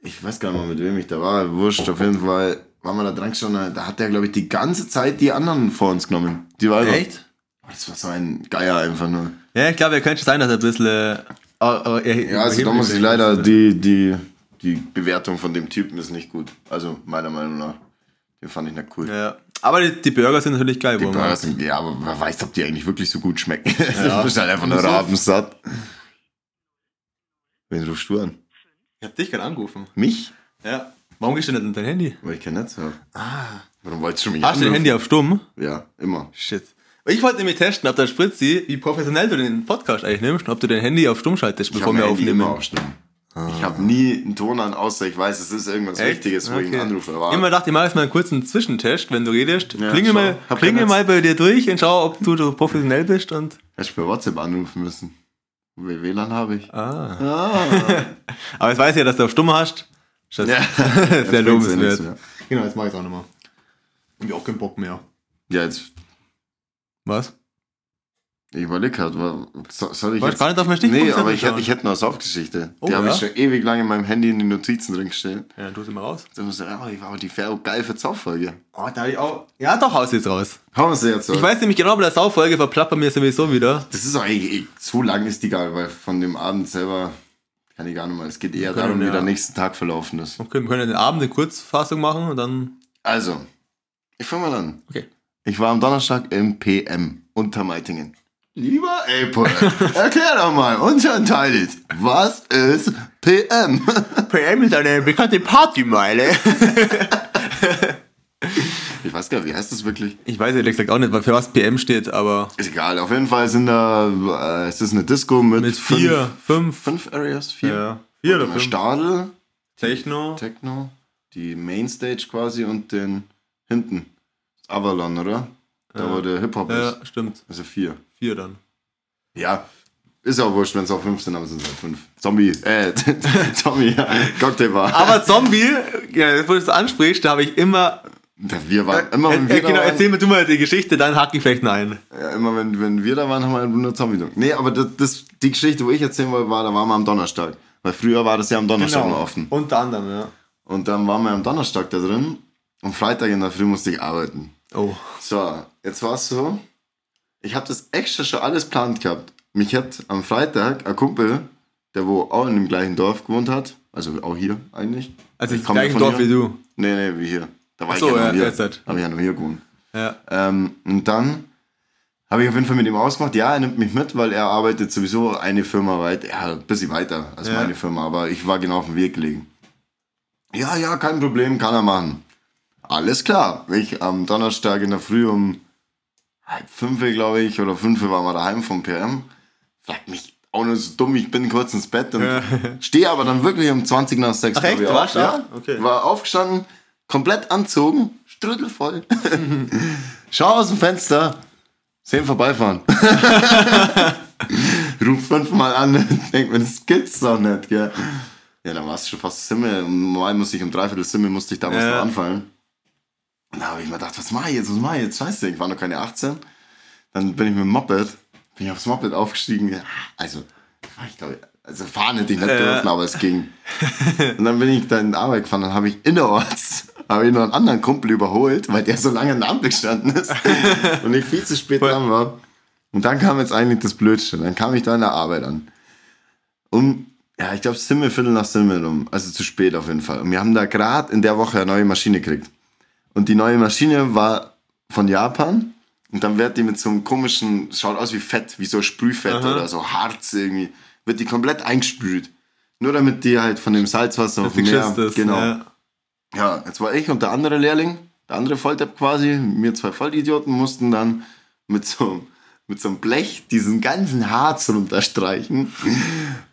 S4: Ich weiß gar nicht mal, mit wem ich da war. Wurscht, auf jeden Fall waren wir da dran gestanden. Da hat der, glaube ich, die ganze Zeit die anderen vor uns genommen. Die war einfach-
S5: Echt?
S4: Boah, Das war so ein Geier einfach nur.
S5: Ja, ich glaube, er könnte schon sein, dass er ein bisschen. äh, aber- aber er-
S4: Ja, also da muss ich
S5: überheblich
S4: leider,
S5: ist.
S4: die, die, die Bewertung von dem Typen ist nicht gut. Also meiner Meinung nach. Den fand ich nicht cool.
S5: Ja. Aber die, die Burger sind natürlich geil,
S4: Die
S5: Burger.
S4: Burger sind, ja, aber wer weiß, ob die eigentlich wirklich so gut schmecken. das ist halt einfach nur
S5: So-
S4: Rabensatt. Wen rufst du an?
S5: Ich hab dich gerade angerufen.
S4: Mich?
S5: Ja. Warum gehst du nicht in dein Handy?
S4: Weil ich kein Netz habe. Ah. Warum wolltest du mich
S5: Hast du dein
S4: anrufen?
S5: Handy auf stumm?
S4: Ja, immer.
S5: Shit. Ich wollte nämlich testen, ob der Spritzi, wie professionell du den Podcast eigentlich nimmst und ob du dein Handy auf stumm schaltest,
S4: Ich
S5: bevor
S4: hab
S5: wir
S4: mein Handy immer
S5: aufnehmen. Ah.
S4: aufstellen. Ich habe nie einen Ton an, außer ich weiß, es ist irgendwas
S5: Echt?
S4: Wichtiges, wo ich
S5: Okay.
S4: einen anrufe.
S5: Ich hab mir gedacht, ich mache jetzt mal einen kurzen Zwischentest, wenn du redest.
S4: Ja,
S5: klingel
S4: schau.
S5: mal,
S4: Hab
S5: klingel
S4: kein
S5: mal bei dir durch und schau, ob du, so professionell bist und.
S4: Hätte ich bei WhatsApp anrufen müssen. WLAN habe
S5: Ah,
S4: ich.
S5: Aber jetzt weiß ich ja, dass du auf stumm hast. Ist Das
S4: Ah. Ja.
S5: ist sehr
S4: Jetzt bringt's ja nichts
S5: lobenswert. Genau, jetzt mach ich's auch nochmal. Hab ich auch keinen Bock mehr.
S4: Ja, jetzt,
S5: Was?
S4: ich überlege gerade, wa- so- soll ich
S5: Wollt
S4: jetzt...
S5: gar nicht auf mein Stichpunkt
S4: Nee, aber ich
S5: schauen.
S4: hätte, ich hätte noch eine Saufgeschichte.
S5: Oh,
S4: die habe
S5: ja?
S4: ich schon ewig lang in meinem Handy in den Notizen drin gestellt.
S5: Ja, dann tu sie mal raus.
S4: Da muss ich sagen, oh, ich war aber die Fähre geil für Zauffolge.
S5: Oh, da hab ich auch. Ja, doch, haus jetzt raus.
S4: Hauen sie jetzt raus.
S5: Ich weiß nämlich genau, bei der Saufolge verplappert mir sowieso wieder.
S4: Das ist auch eh, eh, so lang ist die gar, weil von dem Abend selber kann ich gar nicht mal. Es geht eher
S5: können,
S4: darum, wie
S5: ja.
S4: der nächste Tag verlaufen ist.
S5: Okay, wir können ja den Abend eine Kurzfassung machen und dann.
S4: Also, ich fange mal an.
S5: Okay.
S4: Ich war am Donnerstag im PM Untermeitingen. Lieber April, erklär doch mal unterteilt, was ist PM?
S5: PM ist eine bekannte Partymeile.
S4: Ich weiß gar nicht, wie heißt das wirklich?
S5: Ich weiß ehrlich gesagt auch nicht, für was PM steht, aber.
S4: Ist egal, auf jeden Fall sind da, äh, es ist eine Disco mit,
S5: Mit vier, fünf.
S4: fünf, fünf Areas, vier.
S5: Vier
S4: Einmal Stadel,
S5: Techno.
S4: Techno, die Mainstage quasi und den hinten. Avalon, oder? Da wo der Hip-Hop ist.
S5: Ja, stimmt.
S4: Also vier.
S5: Vier dann.
S4: Ja, ist auch wurscht, wenn es auch fünf sind, aber es sind halt fünf. Zombie, äh, Zombie, ja, Cocktail war.
S5: Aber Zombie, ja, jetzt, wo du es ansprichst, da habe ich immer.
S4: wir waren, immer
S5: Äh,
S4: wenn wir
S5: äh, genau,
S4: da waren,
S5: erzähl mir du mal die Geschichte, dann hack ich vielleicht nein.
S4: ja, immer wenn, wenn wir da waren, haben wir einen Wunder Zombie gesungen. Nee, aber das, das, die Geschichte, wo ich erzählen wollte, war, da waren wir am Donnerstag. Weil früher war das ja am Donnerstag mal offen.
S5: Genau. Unter anderem, ja.
S4: Und dann waren wir am Donnerstag da drin und Freitag in der Früh musste ich arbeiten.
S5: Oh.
S4: So, jetzt war es so, ich habe das extra schon alles geplant gehabt. Mich hat am Freitag ein Kumpel, der wo auch in dem gleichen Dorf gewohnt hat, also auch hier eigentlich.
S5: Also ich
S4: komme
S5: gleichen
S4: von
S5: Dorf
S4: hier.
S5: wie du.
S4: Nee, nee, wie hier. Da war
S5: Ach so,
S4: ich ja,
S5: ja,
S4: noch hier.
S5: derzeit.
S4: Da hab ich ja noch hier gewohnt.
S5: Ja.
S4: Ähm, und dann habe ich auf jeden Fall mit ihm ausgemacht, ja, er nimmt mich mit, weil er arbeitet sowieso eine Firma weit, ja, ein bisschen weiter als
S5: Ja.
S4: meine Firma, aber ich war genau auf dem Weg gelegen. Ja, ja, kein Problem, kann er machen. Alles klar. Ich am Donnerstag in der Früh um halb fünf, glaube ich, oder fünf waren wir daheim vom PM. Fragt mich auch nur so dumm, ich bin kurz ins Bett und
S5: Ja.
S4: stehe aber dann wirklich um 20 nach sechs.
S5: Ach, echt?
S4: glaub ich,
S5: Du warst
S4: auf. ja,
S5: da? Okay.
S4: war aufgestanden, komplett anzogen, strödelvoll. Schau aus dem Fenster, sehen vorbeifahren. Ruf fünfmal an, denk mir, das gibt's doch nicht, gell. Ja, dann war es schon fast Simmel. Um neun musste ich um dreiviertel Simmel, musste ich damals
S5: Ja.
S4: noch anfallen. Und da habe ich mir gedacht, was mache ich jetzt, was mache ich jetzt? Scheiße, ich war noch keine 18. Dann bin ich mit dem Moped, bin ich aufs Moped aufgestiegen. Also, ich glaube, also fahren hätte ich nicht dürfen, aber es ging. Und dann bin ich dann in Arbeit gefahren, dann habe ich innerorts habe ich noch einen anderen Kumpel überholt, weil der so lange in der Ampel gestanden ist und ich viel zu spät dran war. Und dann kam jetzt eigentlich das Blödste. Dann kam ich da in der Arbeit an. Um, ja, ich glaube, Simmel, Viertel nach Simmel rum. Also zu spät auf jeden Fall. Und wir haben da gerade in der Woche eine neue Maschine gekriegt. Und die neue Maschine war von Japan. Und dann wird die mit so einem komischen, schaut aus wie Fett, wie so Sprühfett oder so Harz irgendwie, wird die komplett eingesprüht. Nur damit die halt von dem Salzwasser auf
S5: Die
S4: dem Meer.
S5: Geschichte ist,
S4: genau.
S5: Ja.
S4: Ja, jetzt war ich und der andere Lehrling, der andere Volldepp quasi, wir zwei Vollidioten mussten dann mit so, mit so einem Blech diesen ganzen Harz runterstreichen.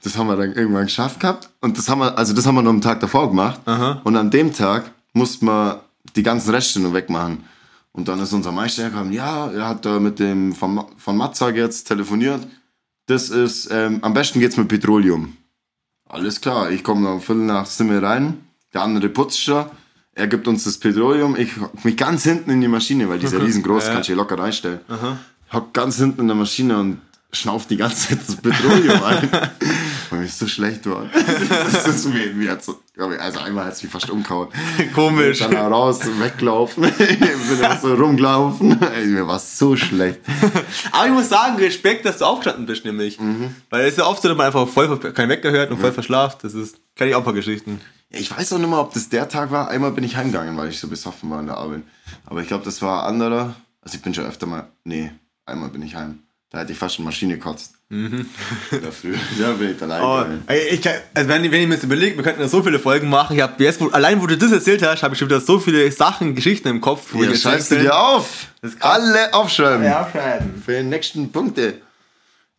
S4: Das haben wir dann irgendwann geschafft gehabt. Und das haben wir, also das haben wir noch am Tag davor gemacht. Und an dem Tag mussten wir die ganzen Reste nur wegmachen. Und dann ist unser Meister gekommen, ja, er hat da mit dem von, von Matzag jetzt telefoniert Das ist, ähm, am besten geht's mit Petroleum. Alles klar, ich komme um Viertel nach sind wir rein, der andere putzt schon, er gibt uns das Petroleum, ich hock mich ganz hinten in die Maschine, weil die ist ja riesengroß,
S5: Ja.
S4: kannst du hier locker reinstellen. Hock ganz hinten in der Maschine und schnauf die ganze Zeit das Petroleum ein. Weil mir ist so schlecht war. Das ist mir, mir hat's so, also einmal hat's mich fast umgehauen.
S5: Komisch.
S4: Dann auch raus, weglaufen. ich bin auch so rumgelaufen. Ey, Mir war so schlecht.
S5: Aber ich muss sagen, Respekt, dass du aufgestanden bist, nämlich.
S4: Mhm.
S5: Weil es ist ja oft so, dass man einfach voll ver- keinen Wecker hört und voll verschlaft. Das ist, kenne ich auch ein paar Geschichten.
S4: Ich weiß auch nicht mehr, ob das der Tag war. Einmal bin ich heimgegangen, weil ich so besoffen war in der Arbeit. Aber ich glaube, das war ein anderer. Also ich bin schon öfter mal. Nee, einmal bin ich heim. Da hätte ich fast eine Maschine gekotzt. Mhm. Dafür. Ja, bin ich dann
S5: Aber,
S4: eingegangen.
S5: Oh, ey, ich kann, also wenn, ich- wenn ich mir jetzt überlege, wir könnten ja so viele Folgen machen. Ich hab jetzt, wo, allein wo du das erzählt hast, habe ich schon wieder so viele Sachen, Geschichten im Kopf. Wo
S4: Ja,
S5: ich
S4: schreibst du dir auf.
S5: Das ist krass.
S4: Alle aufschreiben.
S5: aufschreiben.
S4: Für die nächsten Punkte.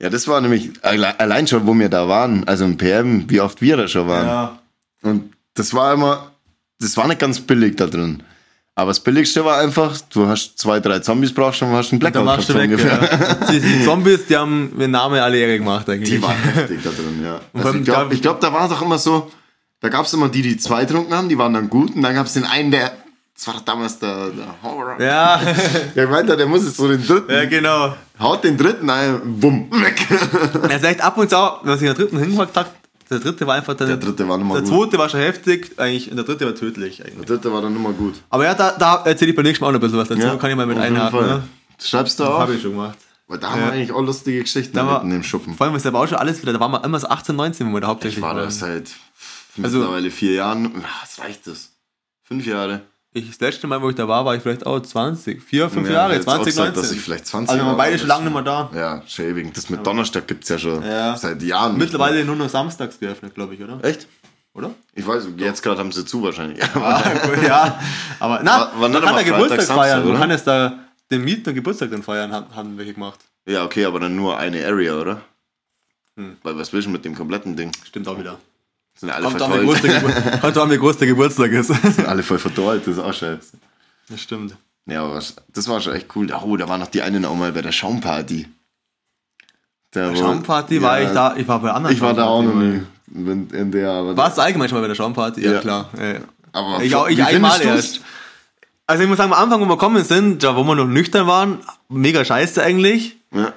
S4: Ja, das war nämlich alle- allein schon, wo wir da waren. Also im PM, wie oft wir da schon waren.
S5: Ja.
S4: Und das war immer, das war nicht ganz billig da drin. Aber das Billigste war einfach, du hast zwei, drei Zombies brauchst und hast einen
S5: Da
S4: Blackout
S5: machst du
S4: gehabt,
S5: weg.
S4: so ungefähr.
S5: Ja. Die, die Zombies, die haben den Namen alle Ehre gemacht eigentlich.
S4: Die waren heftig da drin, ja. Also
S5: beim-
S4: ich glaube,
S5: da-
S4: ich glaub, da war es auch immer so, da gab es immer die, die zwei getrunken haben, die waren dann gut. Und dann gab es den einen, der, das war doch damals der, der Horror.
S5: Ja,
S4: Der meinte, der muss jetzt so den dritten,
S5: ja, genau.
S4: haut den dritten ein, bumm, weg.
S5: Ja, vielleicht ab und zu, auch, wenn man sich den dritten hingepackt hat, der dritte war einfach dann.
S4: Der dritte war nochmal
S5: Der
S4: gut.
S5: zweite war schon heftig, eigentlich, und der dritte war tödlich eigentlich.
S4: Der dritte war dann immer gut.
S5: Aber ja, da, da erzähle ich beim nächsten Mal auch noch ein bisschen was dazu. Kann ich mal mit
S4: auf jeden
S5: einhaken.
S4: Fall.
S5: Ne?
S4: Das Schreibst du auf?
S5: Habe ich schon gemacht.
S4: Weil da haben
S5: Ja.
S4: wir eigentlich auch lustige Geschichten
S5: Da war-
S4: in dem Schuppen.
S5: Vor allem ist der Bau schon alles wieder, da waren wir immer so 18, 19, wo wir da hauptsächlich
S4: Ich war da
S5: waren.
S4: seit
S5: Also-
S4: mittlerweile vier Jahren. Ah, Das reicht es. Fünf Jahre.
S5: Ich, das letzte Mal, wo ich da war, war ich vielleicht auch 20, 4, 5
S4: Ja,
S5: Jahre,
S4: jetzt auch
S5: 20,
S4: gesagt,
S5: 19.
S4: dass ich vielleicht 20
S5: also wir waren
S4: war,
S5: beide
S4: aber
S5: schon lange
S4: das-
S5: nicht mehr da.
S4: Ja, Shaving. Das mit Donnerstag gibt es ja schon
S5: Ja.
S4: seit Jahren. nicht
S5: Mittlerweile nur noch samstags geöffnet, glaube ich, oder?
S4: mehr. Echt?
S5: Oder?
S4: Ich weiß, jetzt gerade haben sie zu wahrscheinlich.
S5: Ah. ja, aber na,
S4: War- war
S5: man kann
S4: nicht
S5: da
S4: immer
S5: Geburtstag
S4: Freitag, Samstag,
S5: feiern. Man
S4: oder?
S5: kann jetzt da den Miet- und Geburtstag dann feiern, haben, haben welche gemacht.
S4: ja, okay, aber dann nur eine Area, oder?
S5: Hm.
S4: Weil was willst du mit dem kompletten Ding?
S5: Stimmt auch wieder.
S4: Sind alle
S5: Kommt an, wie groß
S4: verdollt.
S5: der Gebur- Kommt an, wie groß der Geburtstag ist.
S4: alle voll verdollt, das ist auch scheiße.
S5: das stimmt.
S4: Ja, aber was, das war schon echt cool. Oh, da war noch die eine auch mal bei der Schaumparty. Da, wo-
S5: Schaumparty war
S4: Ja,
S5: ich da, ich war bei anderen
S4: Ich war da auch
S5: Schaumparty
S4: noch
S5: mal.
S4: nie. Wenn- In der, aber
S5: Warst du allgemein schon mal bei der Schaumparty? Ja,
S4: Ja.
S5: klar. Äh,
S4: Aber
S5: Ich,
S4: wie
S5: auch, ich
S4: findest
S5: einmal
S4: du's?
S5: erst. Also ich muss sagen, am Anfang, wo wir gekommen sind, da wo wir noch nüchtern waren, mega scheiße eigentlich.
S4: Ja.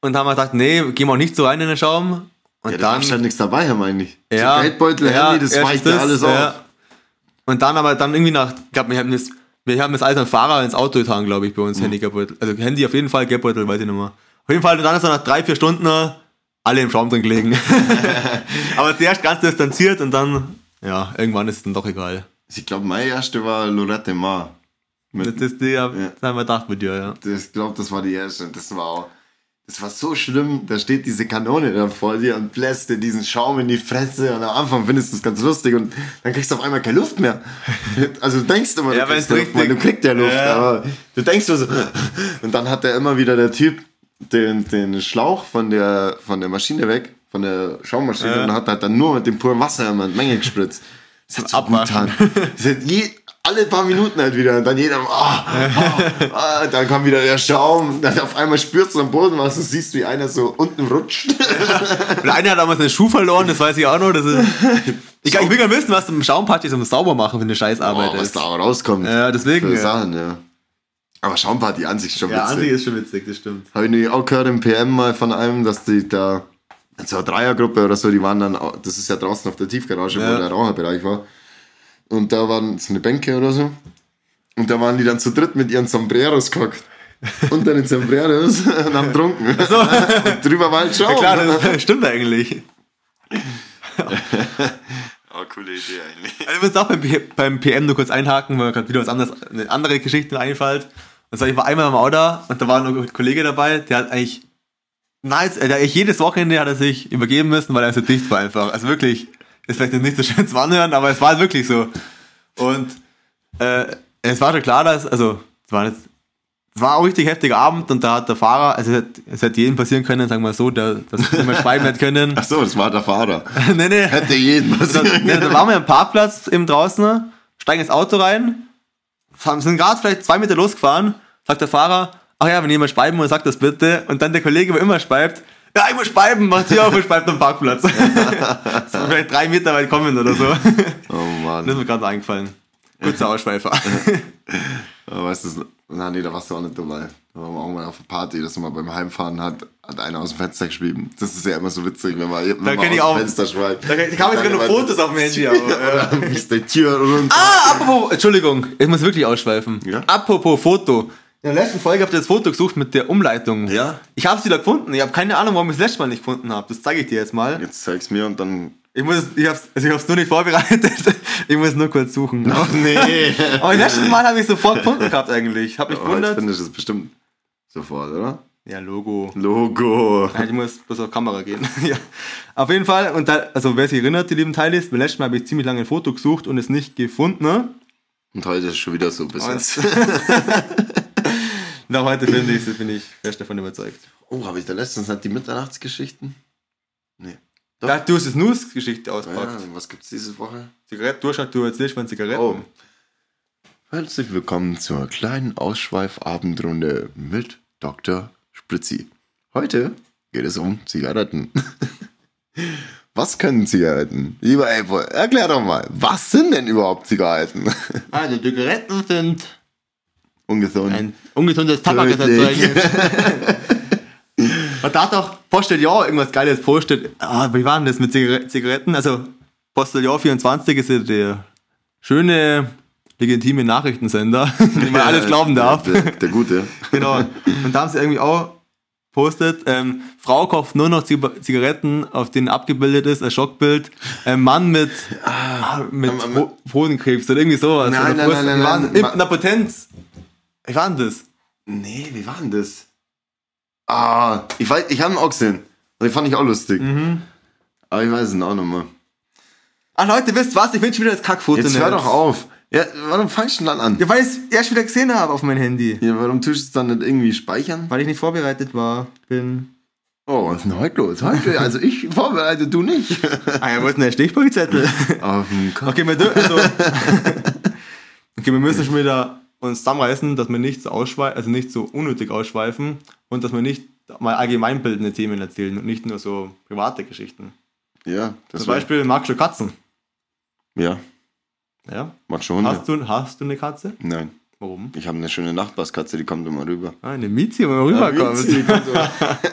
S5: Und haben wir gedacht, nee, gehen wir auch nicht so rein in den Schaum. Und
S4: Ja, da
S5: dann.
S4: dann stand halt nichts dabei, meine ich.
S5: ja,
S4: so Geldbeutel,
S5: ja,
S4: Handy, das
S5: erst
S4: weicht ja alles
S5: ja.
S4: auf.
S5: Und dann aber dann irgendwie nach, ich glaube, wir haben das, wir haben das alles am Fahrer ins Auto getan, glaube ich, bei
S4: Mhm.
S5: uns, Handy, Geldbeutel. Also Handy auf jeden Fall, Geldbeutel, weiß ich nicht mehr. Auf jeden Fall, und dann ist er nach drei, vier Stunden alle im Schaum drin gelegen. aber zuerst ganz distanziert und dann, ja, irgendwann ist es dann doch egal.
S4: Ich glaube, meine erste war Lorette Mar.
S5: Das ist die, ja. das haben wir gedacht mit dir, ja.
S4: Ich glaube, das war die erste. und Das war auch. Das war so schlimm, da steht diese Kanone dann vor dir und bläst dir diesen Schaum in die Fresse und am Anfang findest du es ganz lustig und dann kriegst du auf einmal keine Luft mehr. Also du denkst immer, du
S5: Ja, wenn's
S4: kriegst ja Luft,
S5: richtig-
S4: weil du kriegst ja Luft,
S5: Ja.
S4: aber du denkst nur so und dann hat der immer wieder der Typ den, den Schlauch von der, von der Maschine weg, von der Schaummaschine und hat halt dann nur mit dem puren Wasser immer eine Menge gespritzt. Das hat so gut
S5: Abwaschen.
S4: getan. Das hat je, alle paar Minuten halt wieder. Und dann jeder, ah, ah, ah, dann kam wieder der Schaum. Dann auf einmal spürst du am Boden was und siehst, wie einer so unten rutscht.
S5: Und einer hat damals eine Schuh verloren, das weiß ich auch noch. Das ist, ich, ich will gar nicht wissen, was im Schaumparty zum Saubermachen für eine Scheißarbeit
S4: Boah, Oh, was
S5: ist.
S4: da aber rauskommt.
S5: Ja, deswegen,
S4: Für
S5: ja.
S4: Sachen, ja. Aber Schaumparty an sich schon
S5: Ja, an sich
S4: witzig.
S5: ist schon witzig, das stimmt.
S4: Habe ich nämlich auch gehört im PM mal von einem, dass die da, so eine Dreiergruppe oder so, die waren dann, au- das ist ja draußen auf der Tiefgarage,
S5: Ja.
S4: wo der Raucherbereich war. Und da waren so eine Bänke oder so. Und da waren die dann zu dritt mit ihren Sombreros gehockt. Unter den Sombreros und haben getrunken. Und drüber war halt Schaum.
S5: Ja, klar, das stimmt eigentlich.
S4: Oh, coole Idee eigentlich.
S5: Also, ich muss auch beim, P- beim PM nur kurz einhaken, weil mir gerade wieder was anderes, eine andere Geschichte einfällt. Und zwar, ich war einmal im Auto und da war noch ein Kollege dabei, der hat eigentlich nice, äh, der eigentlich jedes Wochenende hat er sich übergeben müssen, weil er so dicht war einfach. Also wirklich, ist vielleicht nicht so schön zum Anhören, aber es war wirklich so. Und äh, es war schon klar, dass, also, es war jetzt es war auch ein richtig heftiger Abend und da hat der Fahrer, also es hätte, es hätte jedem passieren können, sagen wir so, der, dass wir mal schreiben hätte können.
S4: Ach so, das war der Fahrer.
S5: nee, nee.
S4: Hätte jeden was.
S5: Da, ne, da waren wir am Parkplatz eben draußen, steigen ins Auto rein, fahren- sind gerade vielleicht zwei Meter losgefahren, sagt der Fahrer, ach ja, wenn jemand speiben will, sagt das bitte. Und dann der Kollege, der immer speibt, Ja, ich muss speiben, mach die auf und speibt am Parkplatz. Vielleicht drei Meter weit kommen oder so.
S4: Oh
S5: Das ist
S4: Mann.
S5: mir gerade eingefallen. Kurzer Ausschweifer.
S4: Aber weißt du, das- na nee, da warst du auch nicht dabei. Da waren wir auch mal auf einer Party, dass man beim Heimfahren hat, hat einer aus dem Fenster geschrieben. Das ist ja immer so witzig, wenn man, wenn man
S5: kenn ich
S4: aus
S5: auch-
S4: dem Fenster schreibt.
S5: Da kann man jetzt nur Fotos auf dem Handy. Aber,
S4: Oder wie ist die Tür runter?
S5: Ah, apropos, Entschuldigung, ich muss wirklich ausschweifen.
S4: Ja?
S5: Apropos Foto. In der letzten Folge habt ihr das Foto gesucht mit der Umleitung.
S4: Ja.
S5: Ich hab's wieder gefunden. Ich habe keine Ahnung, warum ich es letztes Mal nicht gefunden habe. Das zeige ich dir jetzt mal.
S4: Jetzt zeig's mir und dann.
S5: Ich muss, ich hab's, also ich hab's nur nicht vorbereitet. Ich muss nur kurz suchen.
S4: Ach nee!
S5: Aber letztes Mal habe ich sofort gefunden gehabt eigentlich. Hab mich
S4: Aber Oh, jetzt
S5: gewundert.
S4: finde ich es bestimmt sofort, oder?
S5: Ja, Logo.
S4: Logo!
S5: Ja, Ich muss bloß auf Kamera gehen. ja. Auf jeden Fall, und da, also wer sich erinnert, die lieben Teile ist, beim letzten Mal habe ich ziemlich lange ein Foto gesucht und es nicht gefunden. Ne?
S4: Und heute ist schon wieder so ein bisschen.
S5: Und Na, heute finde ich bin ich fest davon überzeugt.
S4: Oh, habe ich da letztens nicht die Mitternachtsgeschichten? Nee. Doch.
S5: Da hast du hast die Snooze-Geschichte
S4: Ja,
S5: auspackt.
S4: was gibt's diese Woche?
S5: Zigaretten, du hast du erzählst von Zigaretten.
S4: Oh. Herzlich willkommen zur kleinen Ausschweifabendrunde mit Dr. Spritzi. Heute geht es um Zigaretten. Was können Zigaretten? Lieber Apple, erklär doch mal, was sind denn überhaupt Zigaretten?
S5: Also, Zigaretten sind
S4: Ungesund.
S5: ungesundes Man darf doch Postillon irgendwas Geiles postet. Ah, wie war denn das mit Zigare- Zigaretten? Also, Postillon 24 ist ja der schöne, legitime Nachrichtensender, den man alles glauben darf.
S4: Der, der Gute.
S5: genau. Und da haben sie irgendwie auch postet, ähm, Frau kauft nur noch Zig- Zigaretten, auf denen abgebildet ist, ein Schockbild, ein Mann mit, ah, mit
S4: ähm,
S5: Ho- Hodenkrebs oder irgendwie sowas.
S4: Nein,
S5: oder
S4: nein,
S5: Brust-
S4: nein,
S5: wie
S4: nein,
S5: war
S4: nein.
S5: denn-
S4: Ma-
S5: Impotenz. Wie war denn das?
S4: Nee, wie war denn das? Ah, ich weiß, ich habe einen Ochsen. Den fand ich auch lustig.
S5: Mhm.
S4: Aber ich weiß es auch nochmal.
S5: Ach Leute, wisst was? Ich bin schon wieder das Kackfoto.
S4: Jetzt
S5: in der
S4: hör doch
S5: Hand.
S4: auf. Ja, warum fangst du denn dann an?
S5: Ja, weil ich es erst wieder gesehen habe auf mein Handy.
S4: Ja, warum tust du es dann nicht irgendwie speichern?
S5: Weil ich nicht vorbereitet war, bin.
S4: Oh, was ist denn heute los? Heute, also ich vorbereite, du nicht.
S5: Ah ja, wo ist denn der Stichpunktzettel?
S4: Auf den Kopf.
S5: okay, wir dür- also, Okay, wir müssen schon wieder uns zusammenreißen, dass wir nicht so ausschweifen, also nicht so unnötig ausschweifen und dass wir nicht mal allgemeinbildende Themen erzählen und nicht nur so private Geschichten.
S4: Ja, das
S5: Zum Beispiel magst du Katzen.
S4: Ja,
S5: Ja?
S4: mach schon. Hunde.
S5: Hast, du, hast du eine Katze?
S4: Nein,
S5: Warum?
S4: ich habe eine schöne Nachbarskatze, die kommt immer rüber.
S5: Ah, eine Miezi, wenn man rüberkommt.
S4: Die kommt immer-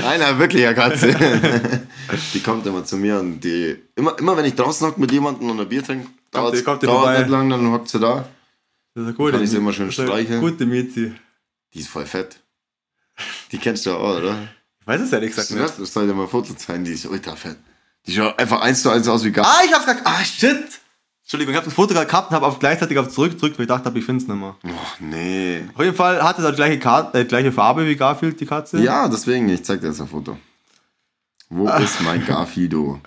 S4: Nein, eine wirkliche Katze. die kommt immer zu mir und die. Immer, immer wenn ich draußen hocke mit jemandem und ein Bier trinke, dauert
S5: die- kommt die vorbei.
S4: nicht lang, dann hockt sie da.
S5: Das ist eine gute,
S4: Kann ich sie immer schön
S5: das ist eine
S4: streicheln?
S5: Gute Miezi.
S4: Die ist voll fett. Die kennst du ja auch, oder?
S5: Ich weiß es ehrlich gesagt
S4: Das, halt
S5: nicht.
S4: das soll dir mal ein Foto zeigen, die ist ultra fett. Die schaut einfach eins zu eins aus wie gar.
S5: Ah, ich hab's gerade. Ah, shit! Entschuldigung, ich hab das Foto gerade gehabt und hab auf gleichzeitig auf zurückgedrückt, weil ich dachte, ich find's nicht mehr.
S4: Boah, nee.
S5: Auf jeden Fall hat es auch die gleiche, Ka äh, gleiche Farbe wie Garfield, die Katze.
S4: Ja, deswegen, ich zeig dir jetzt ein Foto. Wo ist mein Garfido?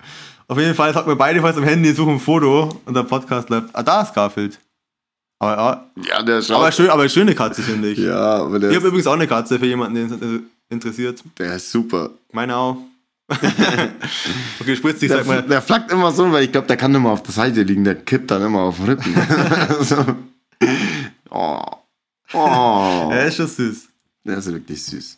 S5: Auf jeden Fall sagt mir beide falls am Handy, suchen ein Foto und der Podcast läuft. Ah, da ist Garfield. Aber, ja,
S4: Ja, der schaut.
S5: aber, schön, aber eine schöne Katze, finde ich.
S4: ja, aber der,
S5: Ich habe
S4: ist,
S5: übrigens auch eine Katze für jemanden, den es äh, interessiert.
S4: der ist super.
S5: Meine auch. okay, spritzt dich,
S4: Der,
S5: sag mal.
S4: der flackt immer so, weil ich glaube, der kann immer auf der Seite liegen, der kippt dann immer auf den Rippen. so. Oh. Oh.
S5: Er ist schon süß.
S4: Der ist wirklich süß.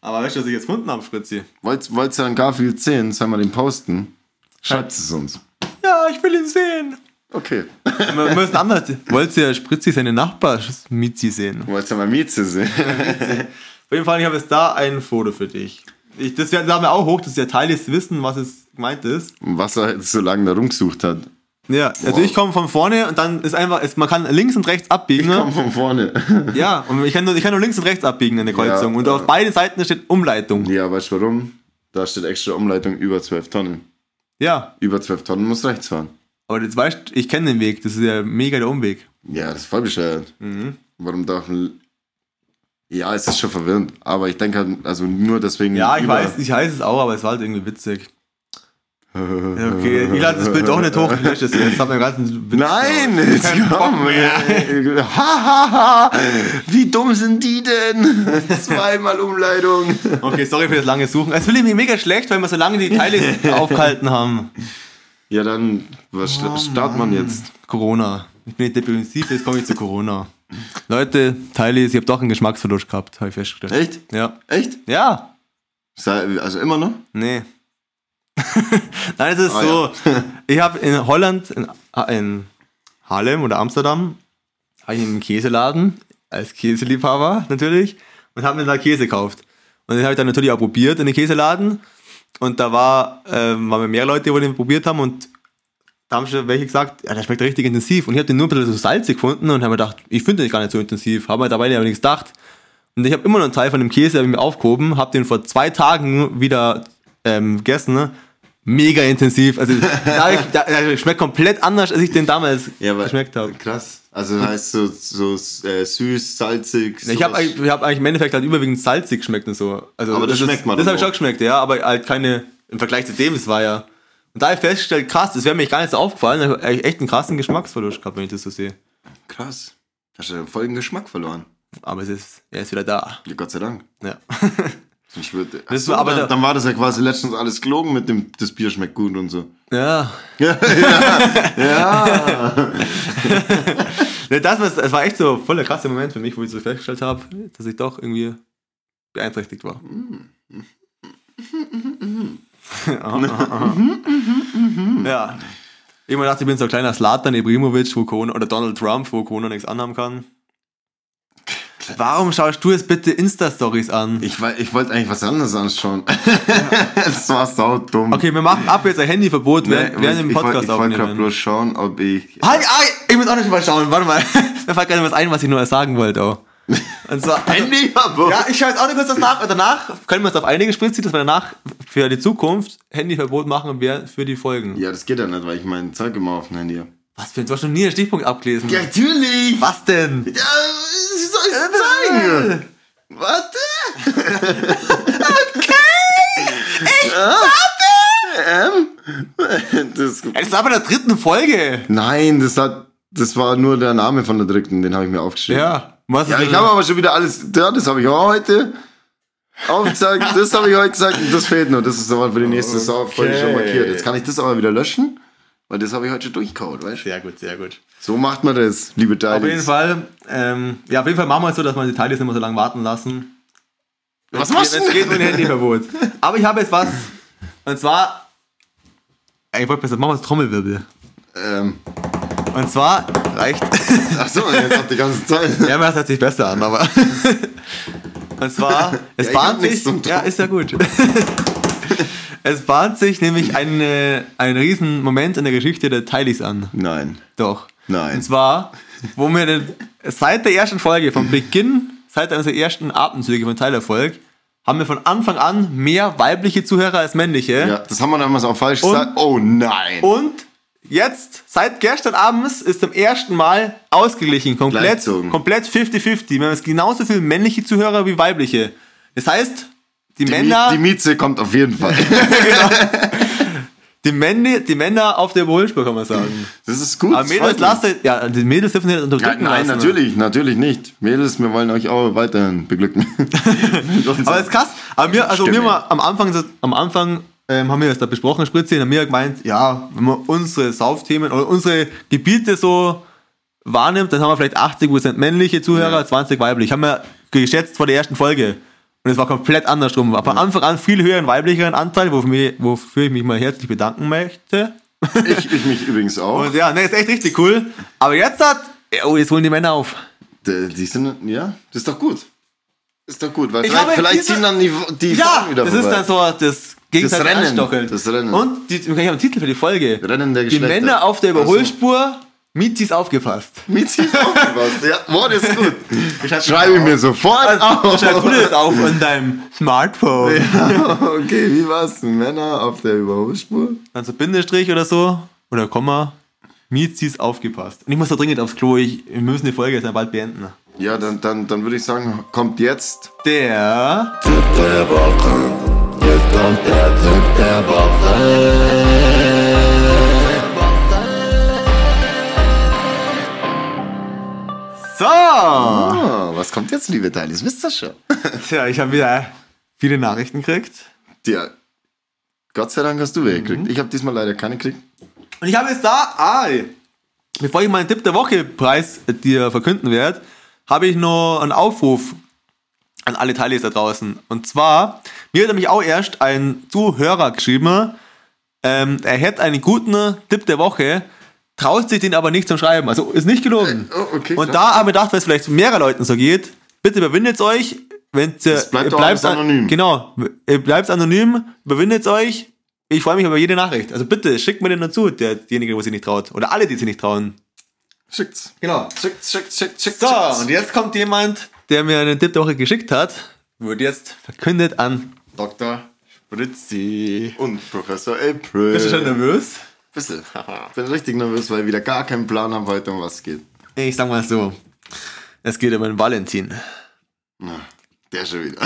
S5: Aber weißt du, was ich jetzt gefunden habe, Fritzi?
S4: Wollt, wollt ihr an Garfield sehen? Sollen wir den posten? Schreibt es uns.
S5: Ja, ich will ihn sehen.
S4: Okay.
S5: Wir müssen anders. Wollt ihr Spritzi seine Nachbars-Mizi sehen?
S4: Wollt ihr mal Mieze sehen?
S5: Auf jeden Fall, ich habe jetzt da ein Foto für dich. Ich, das werden wir auch hoch, dass der Teil ist, wissen, was es gemeint ist.
S4: Was er jetzt so lange da rumgesucht hat.
S5: Ja, also ich komme von vorne und dann ist einfach, ist, man kann links und rechts abbiegen.
S4: Komm
S5: Ne?
S4: von vorne.
S5: Ja, und ich kann, nur, ich kann nur links und rechts abbiegen in der Kreuzung.
S4: Ja,
S5: und
S4: äh.
S5: auf beiden Seiten steht Umleitung.
S4: Ja, weißt du warum? Da steht extra Umleitung über 12 Tonnen.
S5: Ja,
S4: Über 12 Tonnen muss rechts fahren.
S5: aber jetzt weißt du, ich kenne den Weg, das ist ja mega der Umweg.
S4: Ja, das ist voll bescheuert.
S5: Mhm.
S4: Warum darf ein... Ja, es ist schon verwirrend, aber ich denke halt, also nur deswegen...
S5: Ja, ich
S4: über-
S5: weiß, ich weiß es auch, aber es war halt irgendwie witzig. Ja, okay, ich lade das Bild doch nicht hoch, ich lösche es jetzt. Hab mir den ganzen Witz
S4: Nein, jetzt komm. Ja. Ha, ha, ha. Wie dumm sind die denn? Zweimal Umleitung.
S5: Okay, sorry für das lange Suchen. Es fühle ich mich mega schlecht, weil wir so lange die Teile aufgehalten haben.
S4: Ja, dann, was
S5: Oh,
S4: sta- startet man jetzt?
S5: Corona. Ich bin nicht depressiv, jetzt komme ich zu Corona. Leute, Teile, ich habe doch einen Geschmacksverlust gehabt, habe ich festgestellt.
S4: Echt?
S5: Ja.
S4: Echt?
S5: Ja.
S4: Sa- Also immer noch?
S5: Nee. Nein, es ist
S4: Ah,
S5: so. Ich habe in Holland, in, ah, in Harlem oder Amsterdam, habe ich einen Käseladen, als Käseliebhaber natürlich, und habe mir da Käse gekauft. Und den habe ich dann natürlich auch probiert in den Käseladen. Und da war, ähm, waren mehr Leute, die den probiert haben und da haben schon welche gesagt, ja, der schmeckt richtig intensiv. Und ich habe den nur ein bisschen so salzig gefunden und habe mir gedacht, ich finde den gar nicht so intensiv. Habe mir dabei aber nichts gedacht. Und ich habe immer noch einen Teil von dem Käse hab ich mir aufgehoben, habe den vor zwei Tagen wieder ähm, gegessen. Ne? Mega intensiv. Also da hab ich, da, der schmeckt komplett anders, als ich den damals geschmeckt habe.
S4: Krass. Also heißt so, so äh, süß, salzig.
S5: Hm. Ich habe
S4: sowas.
S5: hab eigentlich im Endeffekt halt überwiegend salzig geschmeckt und so. Also
S4: Aber das
S5: ist-
S4: schmeckt man
S5: Das
S4: dann
S5: habe ich schon
S4: auch.
S5: geschmeckt, ja, aber halt keine, im Vergleich zu dem, es war ja. Und da habe ich festgestellt, krass, das wäre mir gar nicht so aufgefallen, da hab ich eigentlich echt einen krassen Geschmacksverlust gehabt, wenn ich das so sehe.
S4: Krass. Da hast du ja voll den Geschmack verloren.
S5: Aber es ist, er ist wieder da.
S4: Ja, Gott sei Dank.
S5: Ja.
S4: Ich würde,
S5: Das
S4: Achso,
S5: war aber der-
S4: dann, dann war das ja quasi letztens alles gelogen mit dem, das Bier schmeckt gut und so.
S5: Ja. ja. ja. das, war, das war echt so voll der krasse Moment für mich, wo ich so festgestellt habe, dass ich doch irgendwie beeinträchtigt war. ja. Irgendwann dachte ich, ich bin so ein kleiner Slatan Ibrimovic wo Corona, oder Donald Trump, wo Corona nichts anhaben kann. Warum schaust du jetzt bitte Insta-Stories an?
S4: Ich, wei- ich wollte eigentlich was anderes anschauen. das war sau dumm.
S5: Okay, wir machen ab jetzt ein Handyverbot
S4: Nee,
S5: während,
S4: ich-
S5: während dem
S4: ich wollt-
S5: Podcast
S4: Ich wollte gerade
S5: aufnehmen.
S4: bloß schauen, ob ich.
S5: Halt, ah, ich muss auch noch mal schauen, warte mal. Mir fällt gerade was ein, was ich nur erst sagen wollte auch. Und zwar, also,
S4: Handy verboten.
S5: ja, ich schaue jetzt auch noch kurz das nach. Und danach können wir uns auf einige Spritzen, dass wir danach für die Zukunft Handyverbot machen wir für die Folgen.
S4: Ja, das geht ja nicht, weil ich mein Zeug immer auf dem Handy habe.
S5: Was für ein, du hast noch nie einen Stichpunkt abgelesen.
S4: natürlich! Was?
S5: Was denn?
S4: Ja, was soll ich zeigen? Warte! okay! Ich ähm, das,
S5: Es ist aber in der dritten Folge.
S4: Nein, das hat. Das war nur der Name von der dritten, den habe ich mir aufgeschrieben.
S5: Ja, was
S4: Ja,
S5: ist
S4: ich habe aber schon wieder alles. Ja, das habe ich auch heute aufgezeigt. das habe ich heute gesagt. Und das fehlt noch. Das ist aber für die nächste Saison voll schon markiert. Jetzt kann ich das aber wieder löschen, weil das habe ich heute schon durchgehauen, weißt du?
S5: Sehr gut, sehr gut.
S4: So macht man das, liebe Teile.
S5: Auf jeden Fall, ähm, ja, auf jeden Fall machen wir es so, dass wir die Details nicht mehr so lange warten lassen.
S4: Was machst
S5: Es
S4: du?
S5: geht um ein Handyverbot. Aber ich habe jetzt was. Und zwar. Ey, Ich wollte besser, machen wir das Trommelwirbel.
S4: Ähm,
S5: Und zwar. Reicht.
S4: Achso, jetzt hat die ganze Zeit.
S5: Ja, mir hört sich besser an, aber. Und zwar. Es
S4: Ja, ich hab
S5: bahnt
S4: nichts
S5: sich.
S4: zum
S5: Ja, ist ja gut. Es bahnt sich nämlich eine, ein riesen Moment in der Geschichte der Teilis an.
S4: Nein.
S5: Doch.
S4: Nein.
S5: Und zwar, wo wir den, seit der ersten Folge, vom Beginn, seit unserer ersten Atemzüge von Teilerfolg, haben wir von Anfang an mehr weibliche Zuhörer als männliche.
S4: Ja, das haben wir damals auch falsch
S5: Und-
S4: gesagt. Oh nein.
S5: Und jetzt, seit gestern abends, ist zum ersten Mal ausgeglichen. Komplett
S4: Gleichzogen.
S5: komplett 50-50. Wir haben jetzt genauso viele männliche Zuhörer wie weibliche. Das heißt, die,
S4: die,
S5: Männer,
S4: Mi- die Mieze kommt auf jeden Fall.
S5: die, Männer, die Männer auf der Überholspur, kann man sagen.
S4: Das ist gut.
S5: Aber
S4: das
S5: Mädels,
S4: freut
S5: lasst euch- ja, die Mädels dürfen nicht
S4: mich. Ja,
S5: unterdrücken. also.
S4: nein,
S5: lassen. ne?
S4: natürlich, natürlich nicht. Mädels, wir wollen euch auch weiterhin beglücken.
S5: Aber es ist krass. Aber wir, also
S4: Stimme.
S5: wir mal am Anfang, so- am Anfang ähm, haben wir das da besprochen, Spritze, und haben wir gemeint, ja, wenn man unsere Saufthemen oder unsere Gebiete so wahrnimmt, dann haben wir vielleicht 80% männliche Zuhörer, 20 weiblich. Haben wir geschätzt vor der ersten Folge. Und es war komplett andersrum. Aber von Anfang an viel höheren weiblicheren Anteil, wofür, mir- wofür ich mich mal herzlich bedanken möchte.
S4: Ich, ich mich übrigens auch.
S5: Und ja, ne, ist echt richtig cool. Aber jetzt hat, oh, jetzt holen die Männer auf.
S4: D- Die sind, ja, das ist doch gut. Ist doch gut, weil
S5: Ich
S4: vielleicht,
S5: habe
S4: vielleicht
S5: diese-
S4: ziehen dann die, die
S5: Ja,
S4: Frauen wieder
S5: das ist dann so das Gegenteil
S4: Das Rennen,
S5: Anstacheln.
S4: das Rennen.
S5: Und die, ich habe einen Titel für die Folge.
S4: Rennen der
S5: die
S4: Geschlechter. Also.
S5: Männer auf der
S4: Ach so.
S5: Überholspur, Miezis aufgepasst.
S4: Mieze ist auch was. Ja, boah, das ist gut.
S5: hab's
S4: Schreibe ich mir sofort
S5: Also,
S4: auf.
S5: Schreib du das auf an deinem Smartphone.
S4: Ja, okay, wie war's? Männer auf der Überholspur?
S5: Dann so Bindestrich oder so oder Komma. Miezis aufgepasst. Und ich muss da dringend aufs Klo. Ich, wir müssen die Folge jetzt dann bald beenden.
S4: Ja, dann, dann, dann würde ich sagen, kommt jetzt.
S5: Der So!
S4: Ah, was kommt jetzt, liebe Teile? Das wisst ihr schon.
S5: Tja, ich habe wieder äh, viele Nachrichten gekriegt.
S4: Ja. Gott sei Dank hast du welche
S5: Mhm.
S4: gekriegt. Ich habe diesmal leider keine gekriegt.
S5: Und ich habe jetzt da, ah, bevor ich äh, meinen Tipp der Woche Preis dir verkünden werde, habe ich noch einen Aufruf an alle Teile da draußen. Und zwar, mir hat nämlich auch erst ein Zuhörer geschrieben, ähm, er hätte einen guten Tipp der Woche, traut sich den aber nicht zum Schreiben. Also ist nicht gelogen.
S4: Äh, oh, okay,
S5: Und
S4: klar.
S5: da haben wir gedacht, weil es vielleicht mehreren Leuten so geht, bitte überwindet euch, äh, wenn ihr
S4: bleibt
S5: ihr
S4: auch alles
S5: an-
S4: anonym.
S5: Genau, ihr bleibt anonym, überwindet euch. Ich freue mich über jede Nachricht. Also bitte, schickt mir den dazu, der, derjenige, wo sich nicht traut. Oder alle, die sich nicht trauen.
S4: Schickt's.
S5: Genau.
S4: Schickt's, schickt's, schickt's, schickt's.
S5: So, und jetzt kommt jemand, der mir einen Tipp der Woche geschickt hat. Wird jetzt verkündet an.
S4: Dr. Spritzi und Professor April.
S5: Äh. nervös?
S4: Bisschen. Ich bin richtig nervös, weil ich wieder gar keinen Plan habe heute, um was es geht.
S5: Ich sag mal so. Es geht um einen Valentin.
S4: Der schon wieder.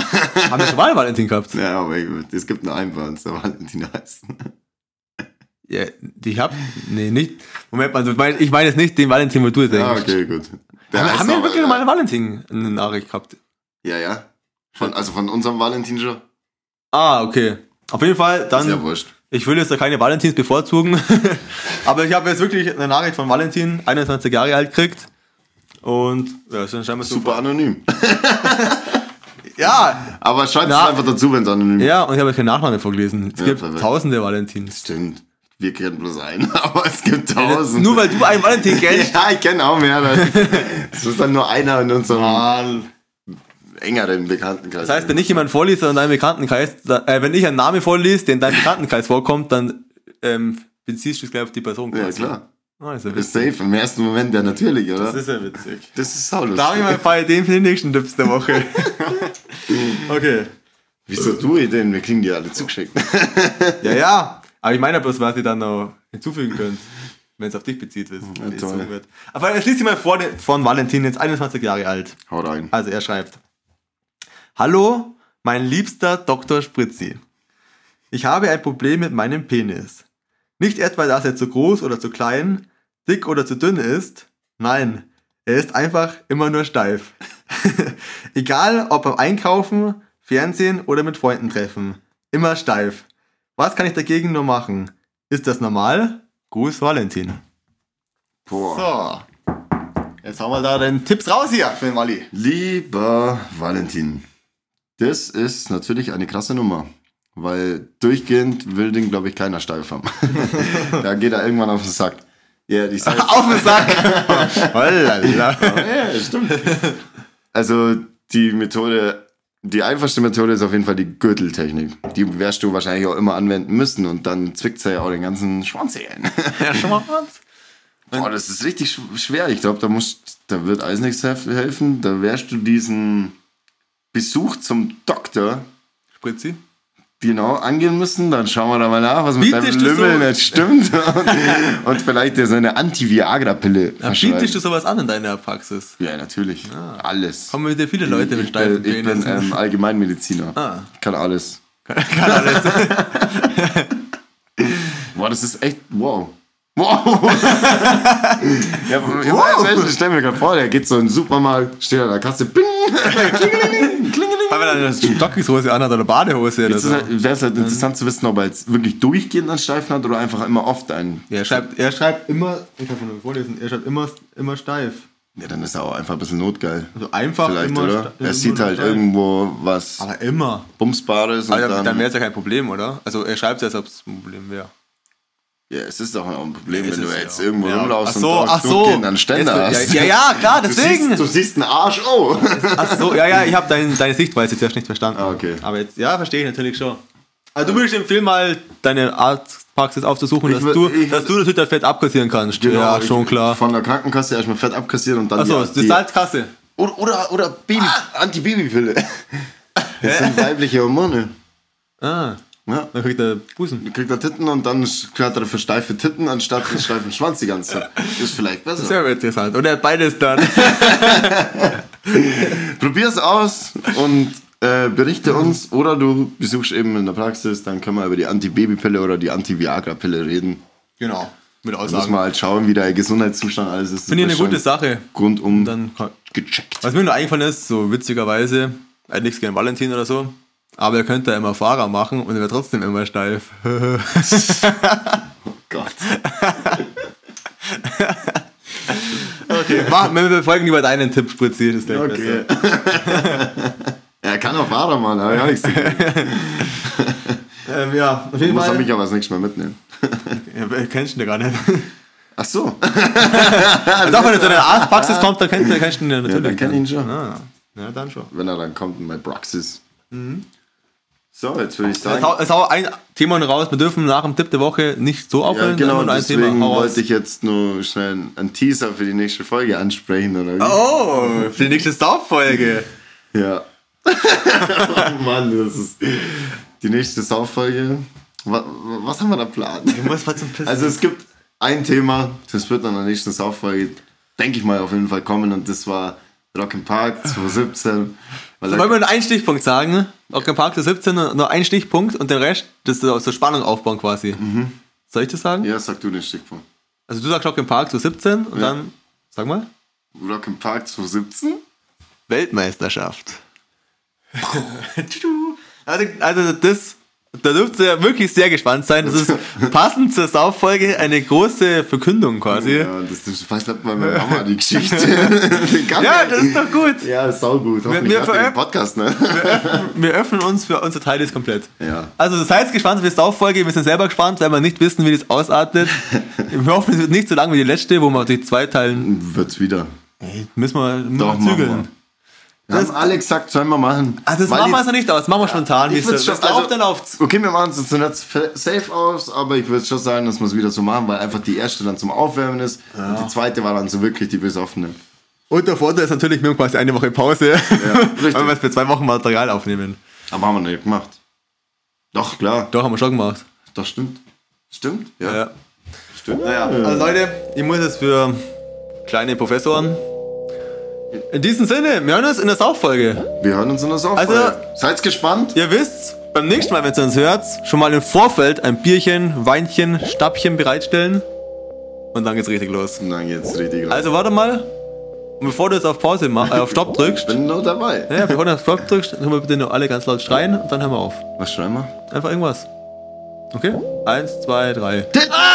S5: Haben wir schon mal einen Valentin gehabt?
S4: ja, aber gut. Es gibt nur einen bei uns, der Valentin heißt.
S5: Ja, ich hab. Nee, nicht. Moment mal, also ich meine ich mein jetzt nicht den Valentin, wo du jetzt
S4: Ja,
S5: denkst.
S4: okay, gut. Der
S5: Haben,
S4: heißt
S5: haben wir
S4: aber-
S5: wirklich mal einen Valentin eine Nachricht gehabt?
S4: Ja, ja. Von, also von unserem Valentin schon.
S5: Ah, okay. Auf jeden Fall,
S4: Ist ja
S5: dann.
S4: wurscht.
S5: Ich will jetzt da keine Valentins bevorzugen. Aber ich habe jetzt wirklich eine Nachricht von Valentin, 21 Jahre alt, gekriegt. Und ja, ist dann scheinbar so.
S4: Super anonym.
S5: Ja,
S4: Aber schreibt es
S5: Na.
S4: einfach dazu, wenn es anonym ist.
S5: ja, und ich habe jetzt keinen Nachnamen vorgelesen. Es
S4: Ja,
S5: gibt
S4: perfekt.
S5: tausende Valentins.
S4: Stimmt. Wir kennen bloß einen, aber es gibt tausend.
S5: Nur weil du einen Valentin kennst.
S4: Ja, ich kenne auch mehr. Leute. Es ist dann nur einer in unserem engeren Bekanntenkreis.
S5: Das heißt, wenn ich jemanden vorlese in deinem Bekanntenkreis, da, äh, wenn ich einen Namen vorlese, der in deinem Bekanntenkreis vorkommt, dann ähm, beziehst du es gleich auf die Person.
S4: Ja,
S5: quasi.
S4: klar.
S5: Ah, ist ja
S4: Ist
S5: witzig.
S4: safe im ersten Moment, ja, natürlich, oder?
S5: Das ist ja witzig.
S4: Das ist saulustig.
S5: Da habe ich mal ein paar Ideen für die nächsten Tipps der Woche. okay.
S4: Wieso du Ideen? Wir kriegen die alle zugeschickt.
S5: Ja, ja. Aber ich meine ja bloß, was ihr dann noch hinzufügen könnt, wenn es auf dich bezieht ist. wenn es
S4: toll.
S5: so wird. Aber jetzt liest sie mal vor, den- von Valentin, jetzt 21 Jahre alt.
S4: Hau rein.
S5: Also er schreibt: Hallo, mein liebster Dr. Spritzi. Ich habe ein Problem mit meinem Penis. Nicht etwa, dass er zu groß oder zu klein, dick oder zu dünn ist. Nein, er ist einfach immer nur steif. Egal ob beim Einkaufen, Fernsehen oder mit Freunden treffen. Immer steif. Was kann ich dagegen nur machen? Ist das normal? Gruß Valentin.
S4: Boah.
S5: So. Jetzt haben wir da den Tipps raus hier für den Wally.
S4: Lieber Valentin, das ist natürlich eine krasse Nummer. Weil durchgehend will den, glaube ich, keiner steif haben. da geht er irgendwann auf den Sack. Ja, die Sack.
S5: auf den Sack. Holala.
S4: ja, stimmt. Also die Methode, die einfachste Methode ist auf jeden Fall die Gürteltechnik. Die wirst du wahrscheinlich auch immer anwenden müssen und dann zwickt ja auch den ganzen Schwanz hier hin.
S5: ja, schon mal was.
S4: Boah, das ist richtig sch- schwer. Ich glaube, da, musst- da wird alles nichts hef- helfen. Da wirst du diesen Besuch zum Doktor
S5: Spritzi.
S4: genau angehen müssen. Dann schauen wir da mal nach, was mit
S5: Bietest
S4: deinem
S5: du
S4: Lümmel
S5: so-
S4: nicht stimmt. Und, und vielleicht dir so eine Anti-Viagra-Pille verschreiben.
S5: Bietest du sowas an in deiner Praxis?
S4: Ja, natürlich. Alles.
S5: Kommen mit dir viele Leute mit
S4: ich,
S5: steifen
S4: bin, ich bin
S5: Penissen.
S4: ähm, Allgemeinmediziner.
S5: Ah.
S4: Ich kann alles.
S5: Kann alles.
S4: Boah, das ist echt. Wow. Wow! ja, wow.
S5: Wow.
S4: Menschen, stell mir gerade vor, der geht so in den Supermarkt, steht an der Kasse, bing, klingeling, klingeling.
S5: Weil er eine Stockhose anhat oder Badehose oder
S4: Jetzt
S5: so.
S4: wäre es halt interessant zu wissen, ob er jetzt wirklich durchgehend einen Steifen hat oder einfach immer oft einen.
S5: Ja, er, schreibt, er schreibt immer, ich kann nur vorlesen, er schreibt immer, immer steif.
S4: Ja, dann ist er auch einfach ein bisschen notgeil.
S5: Also einfach
S4: Vielleicht,
S5: immer
S4: oder?
S5: sta-
S4: Er
S5: immer
S4: sieht
S5: nur
S4: halt
S5: steif.
S4: irgendwo was
S5: Aber immer.
S4: Bumsbares und
S5: Aber dann
S4: dann.
S5: dann wäre es ja kein Problem, oder? Also er schreibt es, als ob es ein Problem wäre.
S4: ja, es ist doch auch ein Problem,
S5: Ja, es
S4: wenn du
S5: ist,
S4: jetzt
S5: ja.
S4: irgendwo
S5: Ja.
S4: rumlaufst
S5: Ach so,
S4: und
S5: ach
S4: dort
S5: so.
S4: durchgehend einen Ständer
S5: Jetzt-
S4: hast.
S5: Ja, ja, klar,
S4: Du siehst,
S5: deswegen.
S4: du siehst einen Arsch, oh!
S5: Ach so, ja, ja, ich habe dein, deine Sichtweise zuerst nicht verstanden.
S4: Ah, okay.
S5: Aber jetzt, ja, verstehe ich natürlich schon. Also du würdest empfehlen, mal deine Arztpraxis aufzusuchen, dass,
S4: wür-
S5: du,
S4: ich- Genau,
S5: dass du das Hütterfett abkassieren kannst. ja,
S4: ich-
S5: schon klar.
S4: Von der Krankenkasse erstmal Fett abkassieren und dann.
S5: Achso, das
S4: die,
S5: ist
S4: die,
S5: halt Ah! Kasse.
S4: oder, oder, oder Baby, Antibabypille. Das sind weibliche Hormone.
S5: Ah,
S4: Ja.
S5: dann kriegt er Busen.
S4: Dann Kriegt er Titten und dann hat er für steife Titten anstatt für steifen Schwanz die ganze Zeit. Ist vielleicht besser.
S5: Sehr interessant. Oder beides dann.
S4: Probier's aus und äh, berichte uns. Oder du besuchst eben in der Praxis, dann können wir über die Antibabypille oder die Anti-Viagra-Pille reden.
S5: genau. Mit
S4: Da müssen
S5: Aussagen.
S4: wir halt schauen, wie der Gesundheitszustand alles ist.
S5: Finde ich eine gute Sache.
S4: Grundum
S5: Dann, kann-
S4: gecheckt.
S5: was mir nur eingefallen ist, so witzigerweise, er hat nichts gegen Valentin oder so, aber er könnte ja immer Fahrer machen und er wäre trotzdem immer steif.
S4: Gott.
S5: Okay. Mach, wir folgen lieber deinen Tipp, Spritzi. Das ist der
S4: Okay. ja, anderer Fahrer, Mann. Hab ich auch nichts zu tun.
S5: Ähm, ja, auf jeden
S4: Muss er
S5: Fall.
S4: mich aber das nächste Mal mitnehmen.
S5: Ja, wer- kennst du den gar nicht.
S4: Ach so.
S5: Also doch, wenn du zu einer Arztpraxis kommst, dann kennst du, kennst du den natürlich.
S4: Ja, dann kenn ich ihn schon.
S5: Ah, ja, dann schon.
S4: Wenn er dann kommt mit Broxis. So, jetzt würde ich
S5: Jetzt
S4: sagen.
S5: Mhm. hau, jetzt hau ein Thema noch raus. Wir dürfen nach dem Tipp der Woche nicht so
S4: Ja,
S5: aufhören,
S4: genau,
S5: sondern nur ein
S4: deswegen
S5: Thema. Hau raus.
S4: wollte ich jetzt nur schnell einen Teaser für die nächste Folge ansprechen. Oder wie?
S5: Oh, für die nächste Staubfolge.
S4: Ja. oh Mann, das ist die nächste Sauffolge. Was, was haben wir da geplant?
S5: Ich muss mal zum Pissen.
S4: Also es gibt ein Thema, das wird dann in der nächsten Sauffolge, denke ich mal, auf jeden Fall kommen. Und das war Rock im Park 2017. Weil
S5: Wollen
S4: da,
S5: wir nur einen Stichpunkt sagen? Auch kein Park der 17, nur nur einen Stichpunkt und den Rest, das ist so so Spannung aufbauen quasi. Soll ich das sagen?
S4: Mhm. ja, sag du den Stichpunkt.
S5: Also du sagst auch kein Park zu 17 und dann, sag mal.
S4: Rock im Park 2017?
S5: Weltmeisterschaft. also, also das, da dürft ihr wirklich sehr gespannt sein. Das ist passend zur Sauffolge eine große Verkündung quasi.
S4: Ja, das ist fast nicht mal meine Mama die Geschichte. Den kann
S5: Ja,
S4: ich-
S5: das ist doch gut.
S4: ja, ist saugut. Hoffentlich
S5: wir
S4: hört ihr
S5: veröf-
S4: den Podcast, ne?
S5: Wir öffnen uns für unser Teil ist komplett.
S4: Ja.
S5: Also seid gespannt für die Sauffolge. Wir sind selber gespannt, weil wir nicht wissen, wie das ausartet. Wir hoffen, es wird nicht so lang wie die letzte, wo wir die zwei teilen.
S4: Wird's wieder.
S5: Müssen wir, müssen
S4: Doch,
S5: wir zügeln.
S4: machen wir. Wir haben alle gesagt, sollen wir machen.
S5: Ah, das
S4: Weil
S5: machen wir
S4: jetzt-
S5: also nicht aus. Das machen wir spontan. Wie
S4: Ich
S5: es
S4: würd's
S5: es
S4: schon-
S5: läuft,
S4: also-
S5: dann läuft's.
S4: Okay, wir machen es jetzt nicht safe aus, aber ich würde schon sagen, dass wir es wieder so machen, weil einfach die erste dann zum Aufwärmen ist und die zweite war dann so wirklich die besoffene.
S5: Und der Vorteil ist natürlich, wir haben quasi eine Woche Pause,
S4: richtig.
S5: weil wir jetzt für zwei Wochen Material aufnehmen.
S4: Aber haben wir nicht gemacht. Doch, klar.
S5: Doch, haben wir schon gemacht.
S4: Doch, stimmt. Stimmt? Ja,
S5: Ja.
S4: stimmt.
S5: Ja, also Leute, ich muss jetzt für kleine Professoren. In diesem Sinne, wir hören uns in der Sauffolge.
S4: Wir hören uns in der Sauffolge.
S5: Also-
S4: Seid gespannt.
S5: Ihr wisst, beim nächsten Mal, wenn ihr uns hört, schon mal im Vorfeld ein Bierchen, Weinchen, Stabchen bereitstellen. Und dann geht's richtig los.
S4: Und dann geht's richtig los.
S5: Also warte mal. Und bevor du jetzt auf Pause, ma- äh, auf Stopp drückst,
S4: bin nur dabei.
S5: Ja, bevor du auf Stop drückst, können wir bitte nur alle ganz laut schreien und dann hören wir auf.
S4: Was schreiben wir?
S5: Einfach irgendwas. Okay? Eins, zwei, drei.
S4: Ah!